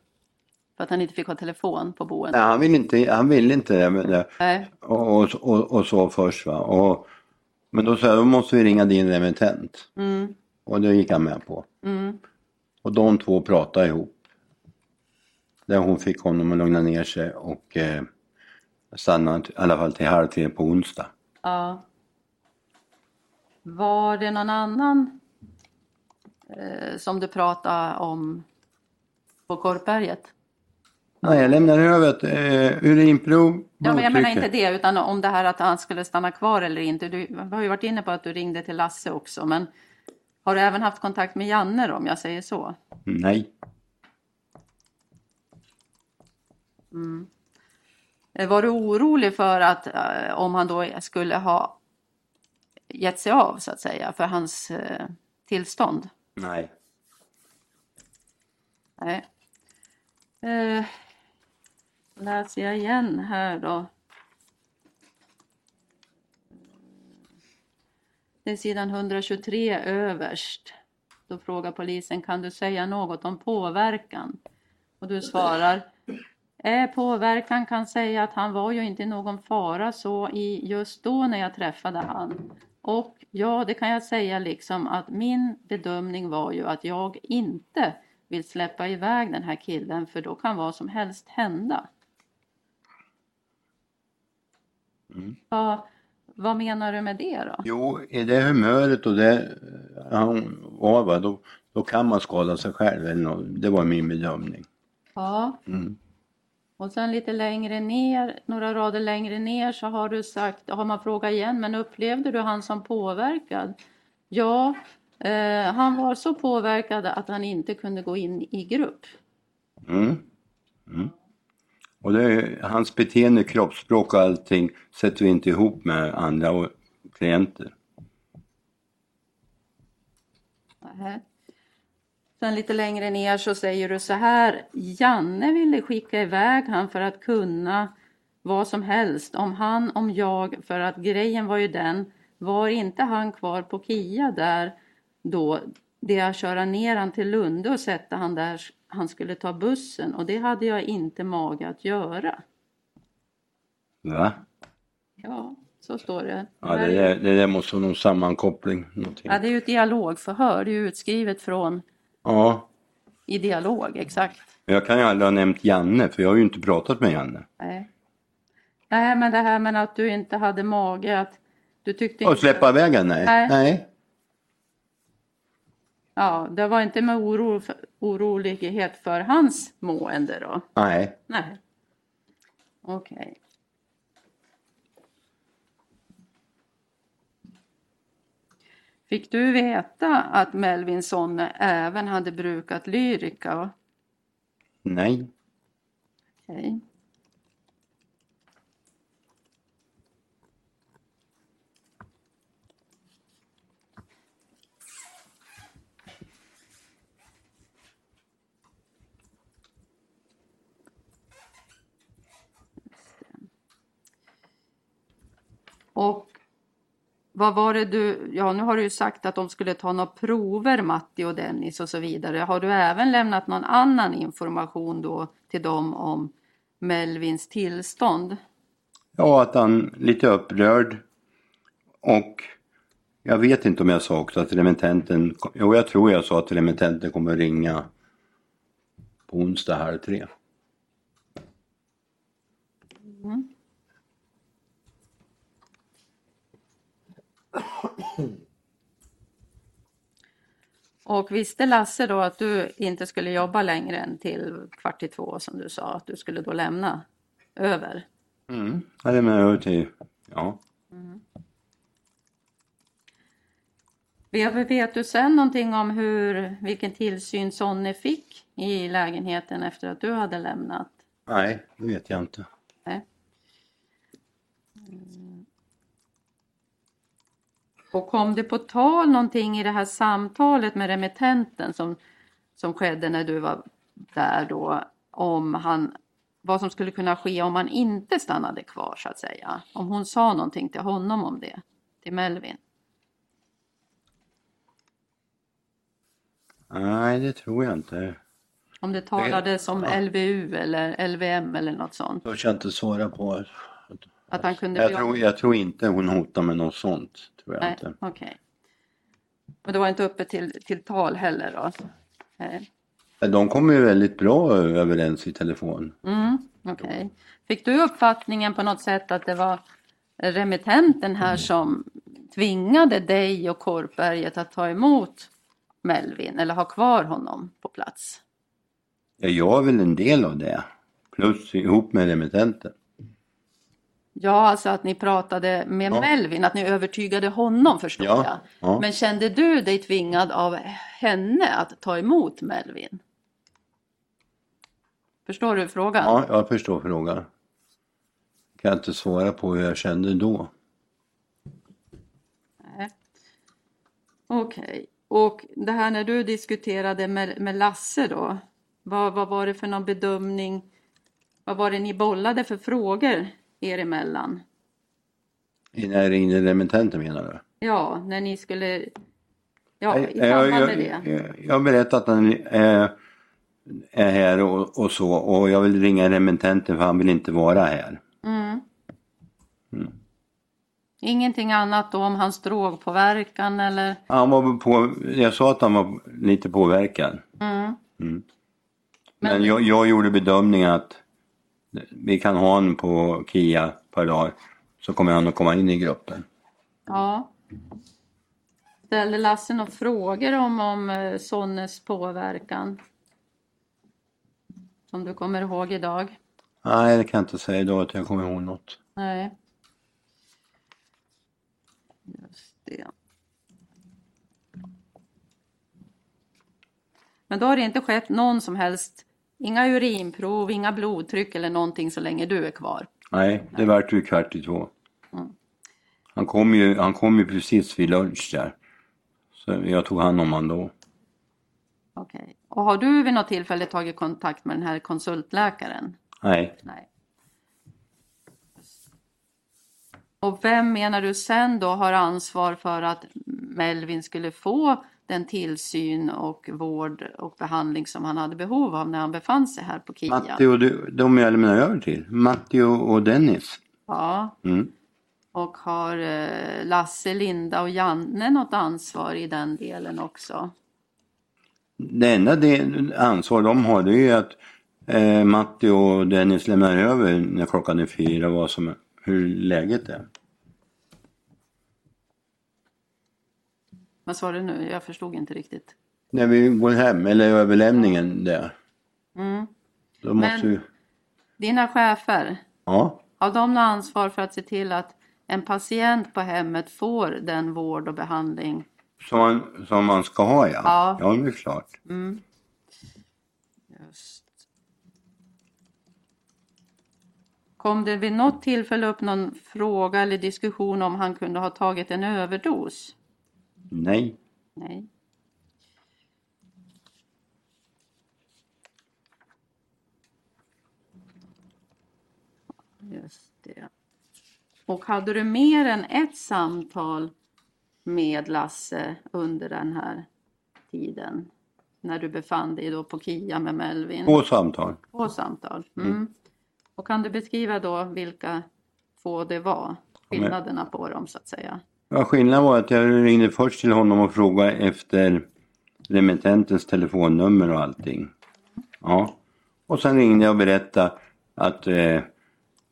För att han inte fick ha telefon på boendet.
Nej, han vill inte, han vill inte det. Men det
Nej.
och, och, och, och så först va. Och, men då sa jag, då måste vi ringa din remittent.
Mm,
Och det gick han med på.
mm,
Och de två pratade ihop. Där hon fick honom att lugna ner sig och eh, stanna t- i alla fall till halv tre på onsdag.
ja. Var det någon annan eh, som du pratade om på Korpberget?
Nej, jag lämnar över ett eh, urinprov,
Ja, men jag menar inte
blodtrycket.
det, utan om det här att han skulle stanna kvar eller inte. Du har ju varit inne på att du ringde till Lasse också, men har du även haft kontakt med Janne då, om jag säger så?
Nej.
Eh, Var du orolig för att eh, om han då skulle ha gett sig av så att säga för hans eh, tillstånd?
Nej.
Nej. Eh, läser jag igen här då. Det är sidan 123 överst. Då frågar polisen, kan du säga något om påverkan? Och du svarar, eh, påverkan kan säga att han var ju inte i någon fara så i just då när jag träffade han. Och ja, det kan jag säga liksom att min bedömning var ju att jag inte vill släppa iväg den här killen för då kan vad som helst hända.
Mm.
Vad, vad menar du med det då?
Jo, i det humöret och det han var va, då, då kan man skada sig själv eller något. Det var min bedömning.
Ja,
Mm.
Och sen lite längre ner, några rader längre ner så har du sagt, har man frågat igen, men upplevde du han som påverkad? Ja, eh, han var så påverkad att han inte kunde gå in i grupp.
Mm. Mm. Och det, hans beteende, kroppsspråk och allting sätter vi inte ihop med andra och klienter.
Nähä. Sen lite längre ner så säger du så här, Janne ville skicka iväg han för att kunna vad som helst, om han, om jag, för att grejen var ju den, var inte han kvar på Kia där då, det att köra ner han till Lunde och sätta han där han skulle ta bussen och det hade jag inte mage att göra.
Va?
Ja, så står det.
Ja, det, där, det där måste vara någon sammankoppling. Någonting.
ja, det är ju ett dialogförhör, det är ju utskrivet från
Ja,
i dialog, exakt.
men jag kan ju aldrig ha nämnt Janne för jag har ju inte pratat med Janne.
Nej. Nej, men det här med att du inte hade mage att du tyckte
Och släppa iväg han? Nej.
Nej.
Nej.
Ja, det var inte med oro, orolighet för hans mående då?
Nej.
Nej. Okej. Fick du veta att Melvin Sonne även hade brukat lyrika?
Nej.
Okej. Och vad var det du, ja nu har du ju sagt att de skulle ta några prover Matti och Dennis och så vidare. Har du även lämnat någon annan information då till dem om Melvins tillstånd?
Ja, att han är lite upprörd. Och jag vet inte om jag sa också att remittenten, jo jag tror jag sa att remittenten kommer ringa på onsdag halv tre.
Och visste Lasse då att du inte skulle jobba längre än till kvart i två som du sa att du skulle då lämna över?
Mm. Ja, det menar jag till, ja.
Vet vet du sen någonting om hur, vilken tillsyn Sonne fick i lägenheten efter att du hade lämnat?
Nej, det vet jag inte.
Nej. Mm. Och kom det på tal någonting i det här samtalet med remittenten som, som skedde när du var där då om han, vad som skulle kunna ske om han inte stannade kvar så att säga? Om hon sa någonting till honom om det, till Melvin?
Nej, det tror jag inte.
Om det talades om LVU eller LVM eller något sånt.
Törs jag inte svara på.
Att han kunde
Jag
bli-
tror, jag tror inte hon hotar med något sånt. Tror jag
Nej,
inte.
okej. Och det var inte uppe till, till tal heller då? Eh, Nej.
Men De kommer ju väldigt bra överens i telefon.
Mm, okej. Fick du uppfattningen på något sätt att det var remittenten
Mm.
här som tvingade dig och Korpberget att ta emot Melvin eller ha kvar honom på plats?
Ja, jag är väl en del av det. Plus ihop med remittenten.
Ja, alltså att ni pratade med
Ja.
Melvin, att ni övertygade honom förstår
Ja,
jag.
ja.
Men kände du dig tvingad av henne att ta emot Melvin? Förstår du frågan?
Ja, jag förstår frågan. Kan jag inte svara på hur jag kände då.
Nej. Okej, och det här när du diskuterade med, med Lasse då, vad, vad var det för någon bedömning? Vad var det ni bollade för frågor er emellan?
Innan jag ringde remittenten menar du?
Ja, när ni skulle, ja, i
jag,
samband
jag,
med det.
jag- jag har berättat att han eh, är här och, och så och jag vill ringa remittenten för han vill inte vara här.
Mm.
Mm.
Ingenting annat då om hans drogpåverkan eller?
Han var på, jag sa att han var lite påverkad.
Mm.
Men, jag, jag gjorde bedömningen att vi kan ha honom på KIA ett par dagar så kommer han att komma in i gruppen.
Ja. Ställde Lasse några frågor om, om eh, Sonnes påverkan? Som du kommer ihåg idag?
Nej, det kan jag inte säga idag att jag kommer ihåg något.
Nej. Just det. Men då har det inte skett någon som helst, inga urinprov, inga blodtryck eller någonting så länge du är kvar?
Nej, det vart ju kvart i två. Han, kom ju, han kom ju precis vid lunch där. Så jag tog hand om honom då.
Okej. Och har du vid något tillfälle tagit kontakt med den här konsultläkaren?
Nej,
Nej. Och vem menar du sen då har ansvar för att Melvin skulle få den tillsyn och vård och behandling som han hade behov av när han befann sig här på KIA?
Matti och du, de jag lämnar över till. Matti och, och Dennis.
Ja.
Mm.
Och har eh, Lasse, Linda och Janne något ansvar i den delen också?
Det enda det ansvar de har det är ju att eh, Matti och Dennis lämnar över när klockan är fyra vad som, hur läget är.
Vad sa du nu? Jag förstod inte riktigt.
När vi går hem eller överlämningen där.
Mm.
Då måste
Men-
vi...
Dina chefer,
Ja,
Har de något ansvar för att se till att en patient på hemmet får den vård och behandling?
som man, som man ska ha ja.
Ja.
ja det är klart.
Mm. Just. Kom det vid något tillfälle upp någon fråga eller diskussion om han kunde ha tagit en överdos?
Nej.
Nej. Just det. Och hade du mer än ett samtal med Lasse under den här tiden? När du befann dig då på KIA med Melvin?
Två samtal.
Två samtal. Mm. Och kan du beskriva då vilka två det var?
men-
Skillnaderna på dem så att säga.
Ja, skillnaden var att jag ringde först till honom och frågade efter remittentens telefonnummer och allting. Ja. Och sen ringde jag och berättade att eh,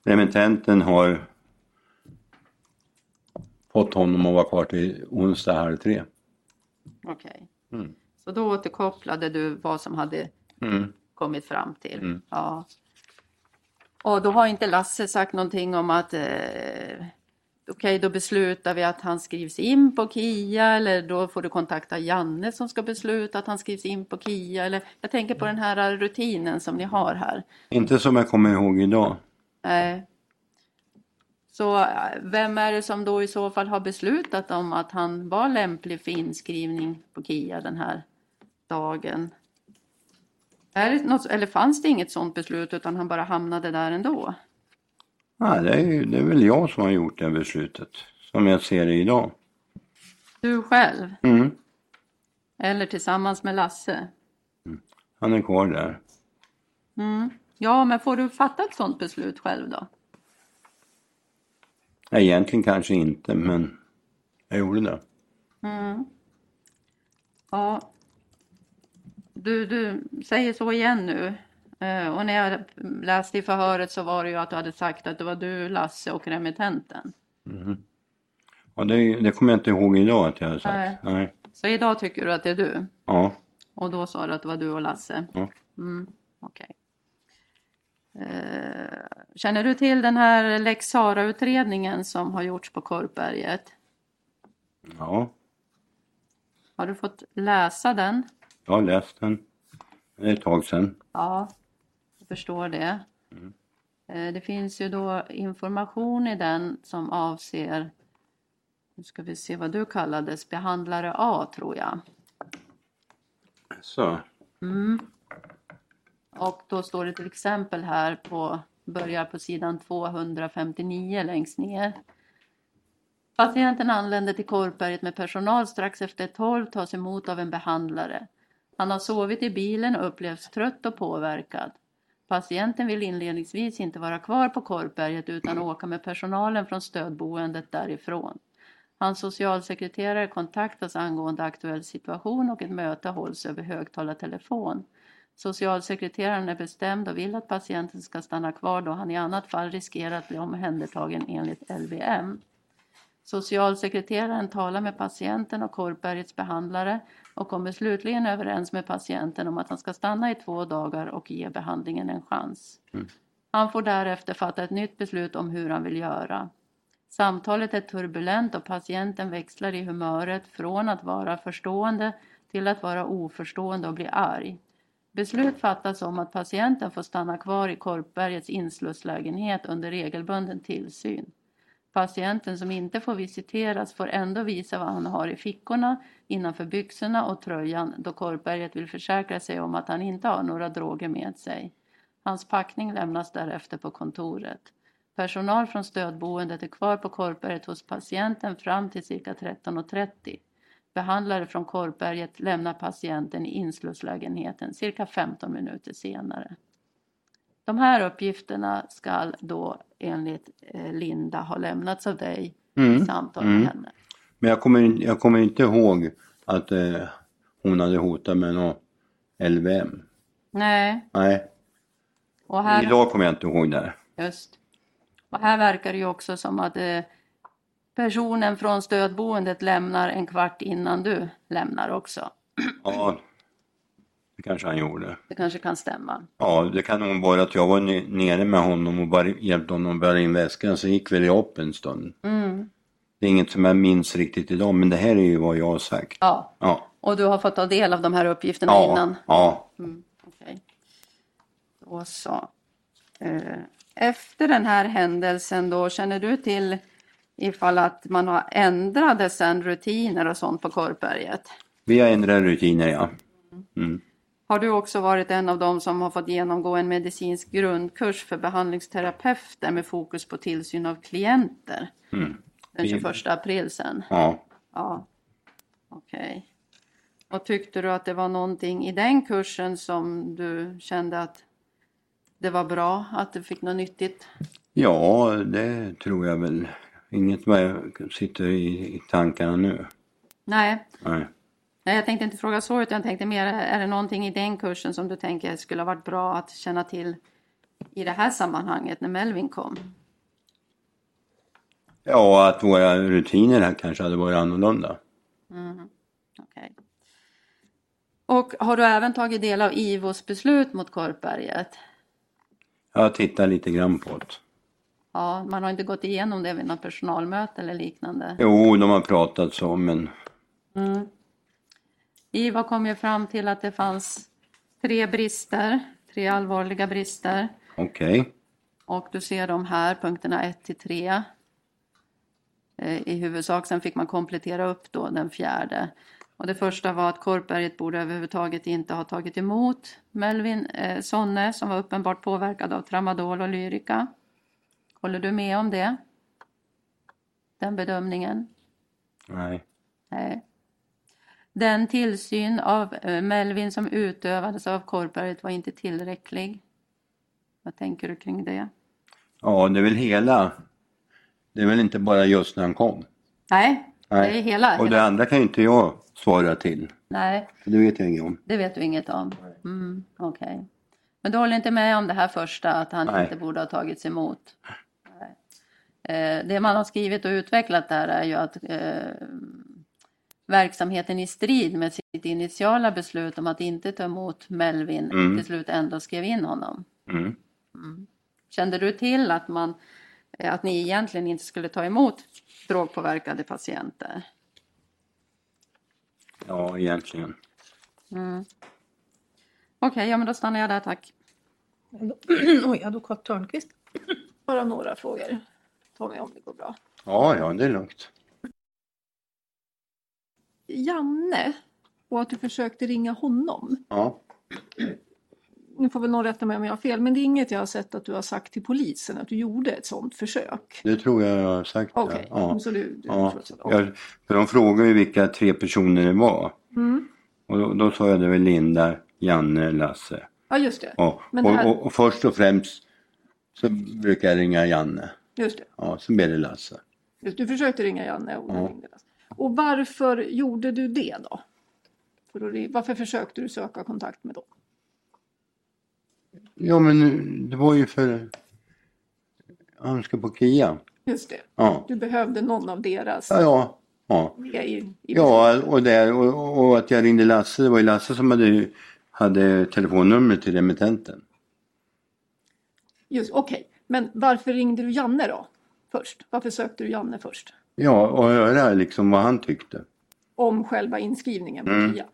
remittenten har fått honom att vara kvar till onsdag halv tre.
Okej.
Mm.
Så då återkopplade du vad som hade
Mm.
kommit fram till.
Mm.
Ja. Och då har inte Lasse sagt någonting om att eh, okej, då beslutar vi att han skrivs in på KIA eller då får du kontakta Janne som ska besluta att han skrivs in på KIA. Eller, jag tänker
Mm.
på den här rutinen som ni har här.
Inte som jag kommer ihåg idag.
Eh, så eh, vem är det som då i så fall har beslutat om att han var lämplig för inskrivning på KIA den här dagen? Är det något, eller fanns det inget sådant beslut utan han bara hamnade där ändå?
Ja, det, är, ju- det är väl jag som har gjort det beslutet. Som jag ser det idag.
Du själv
Mm.
eller tillsammans med Lasse?
Han är kvar där.
Mm. Ja, men får du fatta ett sådant beslut själv då?
Ja, egentligen kanske inte, men jag gjorde det.
Mm. Ja. Du, du säger så igen nu. Eh, Och när jag läste i förhöret så var det ju att du hade sagt att det var du, Lasse och remittenten.
Ja, det, det kommer jag inte ihåg idag att jag har sagt. Nej.
Så idag tycker du att det är du?
Ja.
Och då sa du att det var du och Lasse?
Ja.
Mm, okej. Eh, känner du till den här Lex Sara-utredningen som har gjorts på Korpberget?
ja,
Har du fått läsa den?
jag har läst den. Det är ett tag sedan.
Ja, jag förstår det. Eh, Det finns ju då information i den som avser, nu ska vi se vad du kallades, behandlare A tror jag.
Så.
Och då står det till exempel här på, börjar på sidan 259 längst ner. Patienten anländer till Korpberget med personal strax efter 12, tas emot av en behandlare. Han har sovit i bilen och upplevs trött och påverkad. Patienten vill inledningsvis inte vara kvar på Korpberget utan åka med personalen från stödboendet därifrån. Hans socialsekreterare kontaktas angående aktuell situation och ett möte hålls över högtalartelefon. Socialsekreteraren är bestämd och vill att patienten ska stanna kvar då han i annat fall riskerar att bli omhändertagen enligt LVM. Socialsekreteraren talar med patienten och Korpbergets behandlare och kommer slutligen överens med patienten om att han ska stanna i två dagar och ge behandlingen en chans. Han får därefter fatta ett nytt beslut om hur han vill göra. Samtalet är turbulent och patienten växlar i humöret från att vara förstående till att vara oförstående och bli arg. Beslut fattas om att patienten får stanna kvar i Korpbergets inslusslägenhet under regelbunden tillsyn. Patienten som inte får visiteras får ändå visa vad han har i fickorna, innanför byxorna och tröjan då Korpberget vill försäkra sig om att han inte har några droger med sig. Hans packning lämnas därefter på kontoret. Personal från stödboendet är kvar på Korpberget hos patienten fram till cirka 13.30. Behandlare från Korpberget lämnar patienten i inslusslägenheten cirka 15 minuter senare. De här uppgifterna ska då enligt eh, Linda ha lämnats av dig i samtal med henne.
Mm. Men jag kommer, in- jag kommer inte ihåg att eh, hon hade hotat med någon LVM.
Nej,
Nej,
och här...
idag kommer jag inte ihåg det.
Just. Och här verkar det ju också som att eh, personen från stödboendet lämnar en kvart innan du lämnar också.
Ja, det kanske han gjorde.
Det kanske kan stämma.
Ja, det kan nog vara att jag var ne- nere med honom och bara hjälpte honom att bära in väskan, så gick väl jag upp en stund. Det är inget som jag minns riktigt idag, men det här är ju vad jag har sagt.
Ja,
Ja,
och du har fått ta del av de här uppgifterna
ja,
innan?
ja.
Okej. Då så. Eh, Efter den här händelsen då, känner du till ifall att man har ändrade sen rutiner och sånt på Korpberget?
Vi har ändrat rutiner, ja.
Har du också varit en av dem som har fått genomgå en medicinsk grundkurs för behandlingsterapeuter med fokus på tillsyn av klienter? Den
Vi-
21 april sen?
Ja,
Ja, okej. Och tyckte du att det var någonting i den kursen som du kände att det var bra, att du fick något nyttigt?
ja det tror jag väl. Inget vad jag sitter i, i tankarna nu.
Nej,
Nej.
nej, jag tänkte inte fråga så, utan jag tänkte mer, är det någonting i den kursen som du tänker skulle ha varit bra att känna till i det här sammanhanget när Melvin kom?
Ja, att våra rutiner här kanske hade varit annorlunda.
Okej. Och har du även tagit del av IVOs beslut mot Korpberget?
Jag tittar lite grann på det.
Ja, man har inte gått igenom det vid något personalmöte eller liknande.
Jo, de har pratat så, men
IVA kom ju fram till att det fanns tre brister, tre allvarliga brister.
okej.
Och du ser dem här, punkterna 1 till 3. I huvudsak, sen fick man komplettera upp då den fjärde. Och det första var att Korpberget borde överhuvudtaget inte ha tagit emot Melvin eh, Sonne som var uppenbart påverkad av tramadol och lyrica. Håller du med om det? Den bedömningen?
Nej.
Nej. Den tillsyn av eh, Melvin som utövades av Korpberget var inte tillräcklig. Vad tänker du kring det?
Ja, det är väl hela. Det är väl inte bara just när han kom.
Nej,
Nej.
det är hela.
Och
hela.
det andra kan ju inte jag svara till.
Nej,
För det vet jag inget om.
det vet du inget om. Mm, Okej. Men du håller inte med om det här första, att han
Nej.
inte borde ha tagits emot? Nej. Eh, Det man har skrivit och utvecklat där är ju att eh, verksamheten i strid med sitt initiala beslut om att inte ta emot Melvin
Mm.
till slut ändå skrev in honom.
Mm.
Kände du till att, man, eh, att ni egentligen inte skulle ta emot drogpåverkade patienter?
Ja, egentligen.
Mm. Okej, ja, men då stannar jag där tack.
Oj, advokat Törnqvist. Bara några frågor. Ta mig om det går bra.
Ja, ja, det är lugnt.
Janne och att du försökte ringa honom.
Ja.
Nu får väl någon rätta mig om jag har fel, men det är inget jag har sett att du har sagt till polisen att du gjorde ett sådant försök.
Det tror jag jag har sagt. ja.
Okej,
Ja.
så du... du
Ja.
trots allt-
Jag, för de frågade ju vilka tre personer det var.
Mm.
Och då, då sa jag det var Linda, Janne, Lasse.
ja, just det.
Ja.
Men det här-
Och, och, och först och främst så brukar jag ringa Janne.
Just det.
Ja, sen blev det Lasse.
Just, du försökte ringa Janne och
Ja.
ja. ringde. alltså. Och varför gjorde du det då? För att, ri- varför försökte du söka kontakt med dem?
Ja, men det var ju för... Han ska på KIA.
Just det.
Ja.
Du behövde någon av deras
Ja, ja. ja.
med i, i
Ja, och, där, och, och att jag ringde Lasse, det var ju Lasse som hade, hade telefonnumret till remittenten.
Just, Okej, men varför ringde du Janne då? Först? Varför sökte du Janne först?
Ja, och höra liksom vad han tyckte.
Om själva inskrivningen på
Mm.
KIA?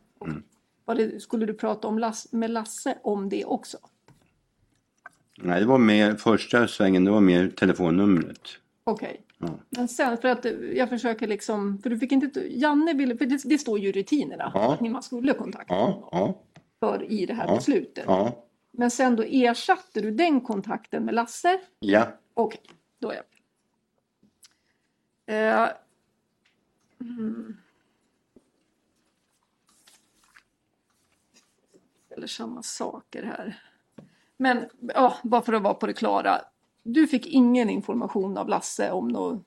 Var det, skulle du prata om Lass, med Lasse om det också?
Nej, det var mer, första svängen det var mer telefonnumret.
Okej.
Ja.
Men sen, för att eh, jag försöker liksom... För du fick inte... Janne ville... För det, det står ju i rutinerna
Ja.
att ni- man skulle kontakta
Ja, ja,
för i det här
Ja.
beslutet.
ja,
Men sen då ersatte du den kontakten med Lasse.
ja.
Okej, då är jag. Eh, mm. Eller samma saker här. Men ja, bara för att vara på det klara. Du fick ingen information av Lasse om nå.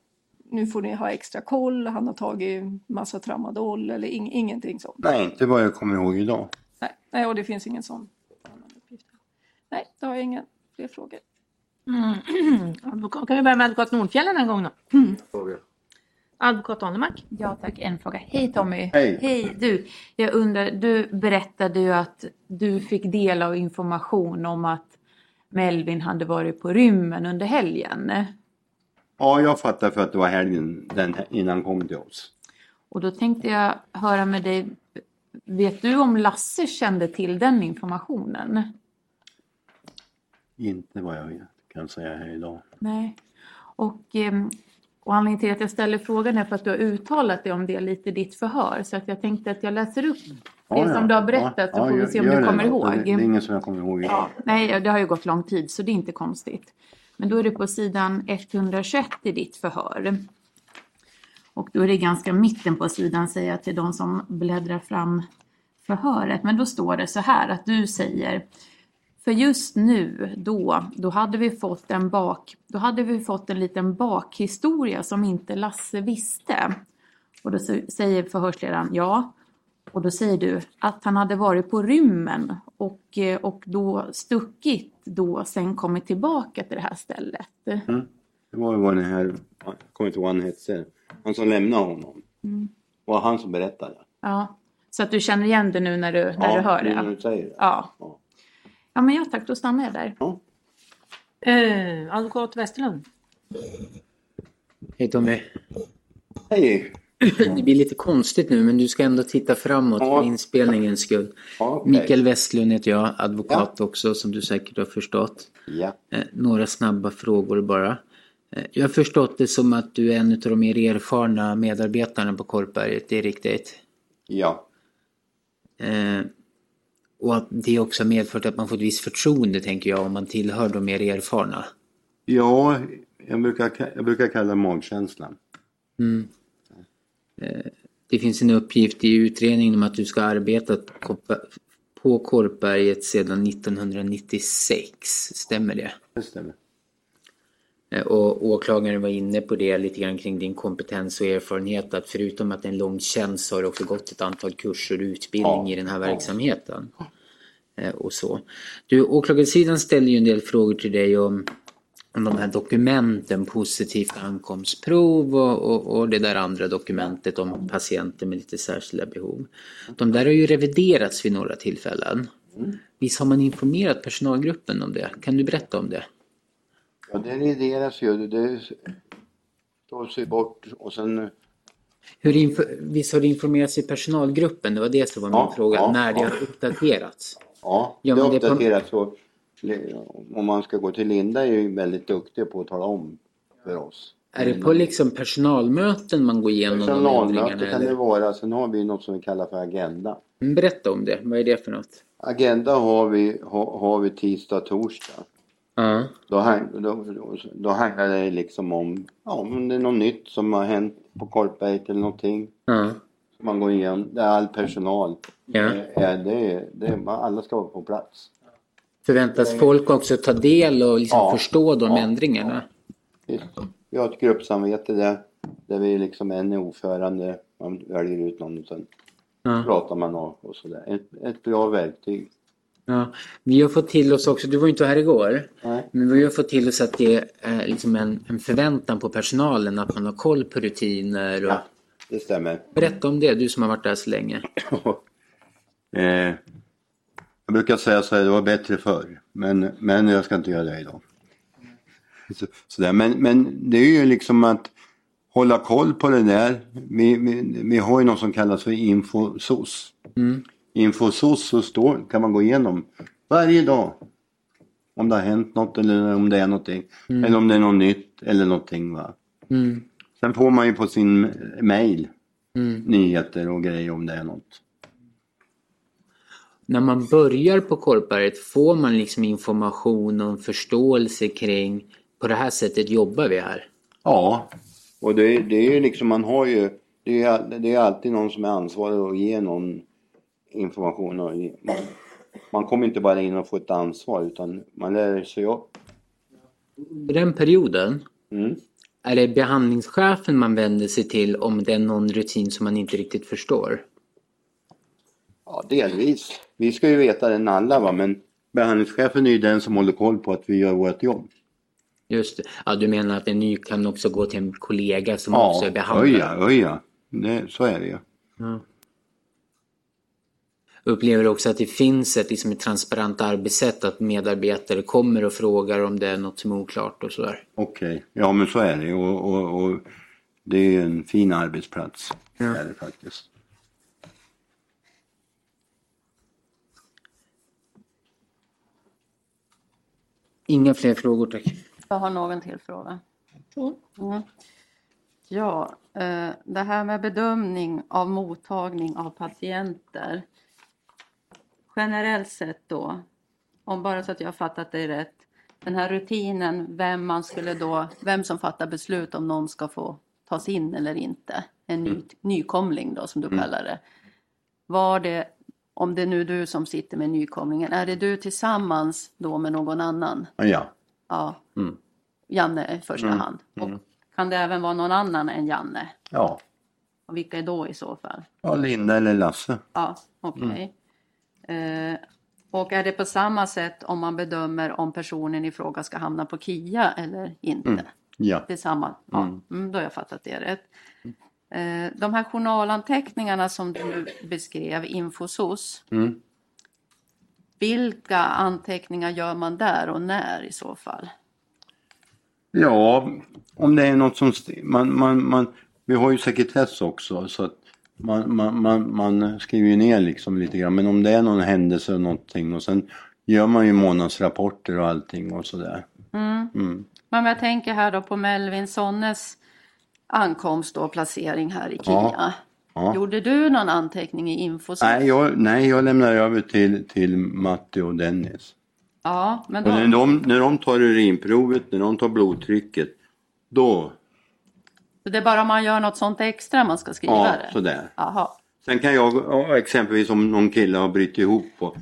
nu får ni ha extra koll, han har tagit massa tramadol eller ing, ingenting sånt.
Nej, inte vad jag kommer ihåg idag.
Nej, nej och det finns ingen sån annan uppgift. Nej, då har jag inga fler frågor.
Mm. Advokat, kan vi börja med advokat Nordfjällen en gång då? Advokat Anemark?
Ja tack, en fråga. Hej Tommy!
Hej.
du! Jag undrar, du berättade ju att du fick del av information om att Melvin hade varit på rymmen under helgen.
Ja, jag fattar för att det var helgen den, innan han kom till oss.
Och då tänkte jag höra med dig, vet du om Lasse kände till den informationen?
Inte vad jag kan säga här idag.
Nej. Och, ehm, och anledningen till att jag ställer frågan är för att du har uttalat dig om det lite i ditt förhör. Så att jag tänkte att jag läser upp det
Ja, ja.
som du har berättat så
Ja,
får vi
gör-
se om
gör
du
det
kommer
då.
ihåg.
Det, det är ingen som jag kommer ihåg idag.
Nej, det har ju gått lång tid så det är inte konstigt. Men då är det på sidan 121 i ditt förhör. Och då är det ganska mitten på sidan säger jag till de som bläddrar fram förhöret. Men då står det så här att du säger för just nu då, då hade vi fått en bak, då hade vi fått en liten bakhistoria som inte Lasse visste. Och då sä- säger förhörsledaren ja, och då säger du att han hade varit på rymmen och, eh, och då stuckit då sen kommit tillbaka till det här stället.
Det var ju vad den här, jag kommer inte ihåg vad han hette, han som lämnade honom.
Mm.
var han som berättade.
Ja. Så att du känner igen det nu när du, när du hör
nu när
det?
du säger det.
Ja.
Ja.
Ja men ja tack, då stannar jag där.
Ja.
Eh, advokat Westerlund?
Hej Tommy.
Hej!
Det blir lite konstigt nu men du ska ändå titta framåt
Ja.
för inspelningens skull.
Ja, okej.
Mikael Westlund heter jag, advokat också som du säkert har förstått.
Ja.
Eh, några snabba frågor bara. Eh, jag har förstått det som att du är en av de mer erfarna medarbetarna på Korpberget, det är riktigt.
Ja.
Eh, och att det också har medfört att man får ett visst förtroende tänker jag om man tillhör de mer erfarna.
Ja, jag brukar, jag brukar kalla det magkänslan.
Eh, Det finns en uppgift i utredningen om att du ska ha arbetat på Korpa- på Korpberget sedan 1996. Stämmer det?
Det stämmer.
Eh, Och åklagaren var inne på det lite grann kring din kompetens och erfarenhet att förutom att det är en lång tjänst så har du också gått ett antal kurser och utbildning i den här verksamheten. Eh, Och så. Du, åklagarsidan ställer ju en del frågor till dig om, om de här dokumenten, positivt ankomstprov och, och, och det där andra dokumentet om patienter med lite särskilda behov. De där har ju reviderats vid några tillfällen. Visst har man informerat personalgruppen om det? Kan du berätta om det?
Ja, det revideras ju. Det tas ju bort och sen...
Hur inf- visst har det informerats i personalgruppen? Det var det som var min
Ja,
fråga.
ja,
när det
ja.
har uppdaterats?
Ja,
Ja,
det
men det är på-
uppdateras. så Om man ska gå till Linda är ju väldigt duktig på att tala om för oss.
Är det på liksom personalmöten man går igenom de ändringarna?
Mm. Personalmöte kan det
Eller? Mm,
vara. Sen har vi något som vi kallar för agenda.
Berätta om det. Vad är det för något?
Agenda har vi, ha, har vi tisdag, torsdag.
Ja.
Då, hang, då, då, då handlar det liksom om, ja, om det är något nytt som har hänt på Korpberget eller någonting.
Ja.
som Man går igenom, där all personal
Ja.
är, det, är- det, är- alla ska vara på plats.
Förväntas folk också ta del och liksom
Eh. Ja,
förstå de
ja,
ändringarna?
Vi har ett gruppsamvete där, där vi liksom en är ordförande, man väljer ut någon och sen
Ja.
pratar man och, och sådär. Ett, ett bra verktyg.
Ja. Vi har fått till oss också, du var ju inte här igår,
Nej.
men vi har fått till oss att det är liksom en, en förväntan på personalen att man har koll på rutiner. Och...
Ja, det stämmer.
Berätta om det, du som har varit där så länge.
Eh, jag brukar säga så här, det var bättre förr. Men, men jag ska inte göra det idag. Så, sådär. Men, men det är ju liksom att hålla koll på det där. Vi, vi, vi har ju något som kallas för infosos.
Mm.
Infosos så står, kan man gå igenom varje dag. Om det har hänt något eller om det är någonting. Eller om det är något nytt eller någonting. Va?
Mm.
Sen får man ju på sin mail
Mm.
nyheter och grejer om det är något.
när man börjar på Korpberget får man liksom information och en förståelse kring på det här sättet jobbar vi här.
Ja, och det, det är ju liksom, man har ju, det är, all- det är alltid någon som är ansvarig och ger någon information. Och ge, man, man kommer inte bara in och får ett ansvar utan man lär sig upp.
Under den perioden
Mm.
är det behandlingschefen man vänder sig till om det är någon rutin som man inte riktigt förstår.
Ja, delvis. Vi ska ju veta den alla va, men behandlingschefen är ju den som håller koll på att vi gör vårt jobb.
Just det. Ja, du menar att en ny kan också gå till en kollega som också är
Ja,
behandlare?
öja, öja. Det, så är det ju.
Ja. Upplever också att det finns ett, liksom ett transparent arbetssätt att medarbetare kommer och frågar om det är något som är oklart och sådär?
Okej, ja men så är det ju och, och, och det är ju en fin arbetsplats.
Ja.
Är det faktiskt.
Inga fler frågor tack.
Jag har någon till fråga. Mm. Ja, eh, det här med bedömning av mottagning av patienter. Generellt sett då, om bara så att jag har fattat dig rätt. Den här rutinen, vem man skulle då, vem som fattar beslut om någon ska få tas in eller inte. En ny, nykomling då som du kallar det. Var det, om det är nu du som sitter med nykomlingen, är det du tillsammans då med någon annan?
Ja.
Ja.
Mm.
Janne i första hand. Och Kan det även vara någon annan än Janne?
ja.
Och vilka är då i så fall?
Ja, Linda eller Lasse.
Ja, okej.
Mm.
Eh, och är det på samma sätt om man bedömer om personen i fråga ska hamna på KIA eller inte?
Mm. Ja.
Det är samma. Ja, mm, då har jag fattat det rätt.
Mm.
Eh, de här journalanteckningarna som du beskrev, Infosos.
Mm.
Vilka anteckningar gör man där och när i så fall?
ja, om det är något som... st- Man, man, man, vi har ju sekretess också så att man, man, man, man skriver ju ner liksom lite grann. Men om det är någon händelse eller någonting och sen gör man ju månadsrapporter och allting och sådär.
Men om jag tänker här då på Melvin Sonnes ankomst och placering här i KIA.
Ja, ja.
Gjorde du någon anteckning i info?
Nej jag, nej, jag lämnar över till, till Matti och Dennis.
Ja, men
Och när,
då,
de, när de tar urinprovet, när de tar blodtrycket, då
Så det är bara om man gör något sånt extra man ska skriva
Ja,
det?
sådär.
Jaha.
Sen kan jag, ja, exempelvis om någon kille har brutit ihop och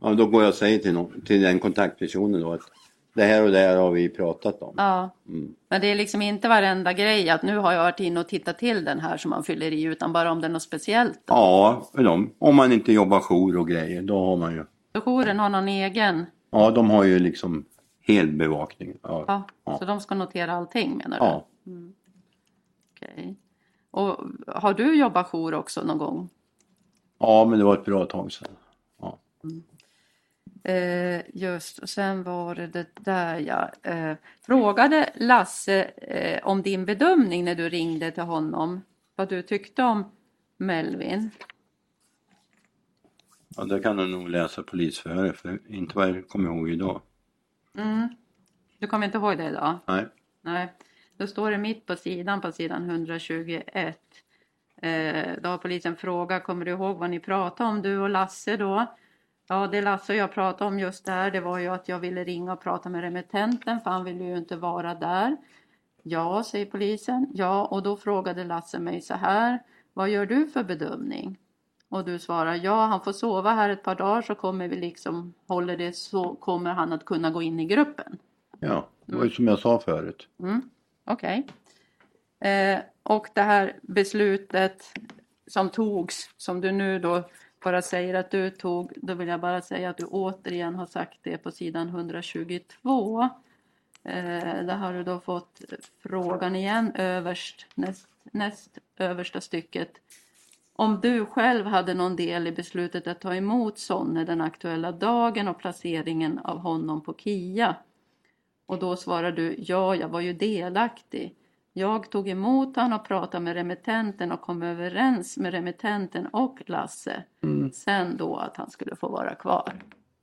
ja, då går jag och säger till, någon, till den kontaktpersonen då att det här och det här har vi pratat om.
Ja. Men det är liksom inte varenda grej att nu har jag varit inne och tittat till den här som man fyller i utan bara om det är något speciellt. Då.
Ja, för dem. om man inte jobbar jour och grejer, då har man ju,
Så jouren har någon egen.
ja de har ju liksom helbevakning. Ja.
Ja.
Ja.
Så de ska notera allting menar du?
Ja.
Okej. Och har du jobbat jour också någon gång?
ja, men det var ett bra tag sedan.
Eh, just, och sen var det det där jag eh, frågade Lasse eh, om din bedömning när du ringde till honom. Vad du tyckte om Melvin.
Ja, det kan du nog läsa polisförhöret för inte vad jag kommer ihåg idag.
Mm. Du kommer inte ihåg det idag?
Nej.
Nej, då står det mitt på sidan, på sidan 121. Eh, då har polisen frågat, kommer du ihåg vad ni pratade om du och Lasse då? Ja, det Lasse och jag pratade om just där, det var ju att jag ville ringa och prata med remittenten för han ville ju inte vara där. Ja, säger polisen. Ja, och då frågade Lasse mig så här, vad gör du för bedömning? Och du svarar, ja han får sova här ett par dagar så kommer vi liksom, håller det så kommer han att kunna gå in i gruppen.
Ja, det var ju som jag sa förut.
Mm, Okej. Eh, och det här beslutet som togs, som du nu då bara säger att du tog, då vill jag bara säga att du återigen har sagt det på sidan 122. Eh, där har du då fått frågan igen överst, näst, näst översta stycket. Om du själv hade någon del i beslutet att ta emot Sonne den aktuella dagen och placeringen av honom på KIA. Och då svarar du ja, jag var ju delaktig. Jag tog emot han och pratade med remittenten och kom överens med remittenten och Lasse.
Mm.
Sen då att han skulle få vara kvar.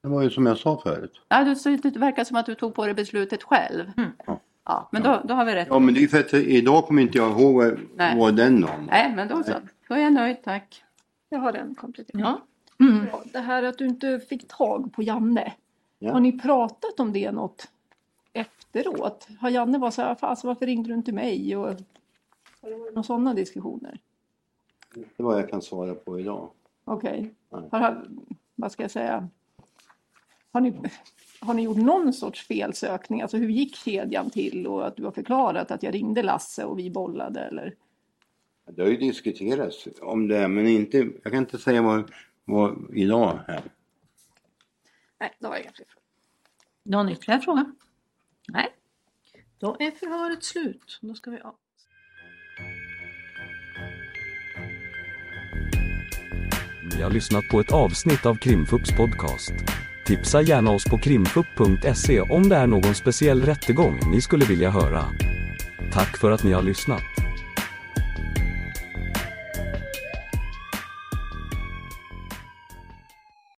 Det var ju som jag sa förut.
Ja, du, så det verkar som att du tog på dig beslutet själv.
Ja.
Ja, men då, då har vi rätt.
Ja, men det är ju för att idag kommer inte jag ihåg vad-
Nej.
vad den om.
Nej, men då så. Då är jag nöjd, tack.
Jag har en komplettering. Mm.
Ja.
Bra. Det här att du inte fick tag på Janne.
Ja.
Har ni pratat om det något efteråt? Har Janne varit så här, "Fas, varför ringde du inte mig? Och, har det varit några sådana diskussioner?
Det var jag kan svara på idag.
Okej.
Nej.
Har han- Vad ska jag säga? Har ni, har ni gjort någon sorts felsökning? Alltså hur gick kedjan till? Och att du har förklarat att jag ringde Lasse och vi bollade eller?
Det har ju diskuterats om det, men inte, jag kan inte säga vad, vad idag här.
Nej, det var inga fler frågor.
Någon ytterligare fråga? Nej. Då är förhöret slut. Då ska vi...
Ni har lyssnat på ett avsnitt av Krimfupps podcast. Tipsa gärna oss på krimfupp.se om det är någon speciell rättegång ni skulle vilja höra. Tack för att ni har lyssnat.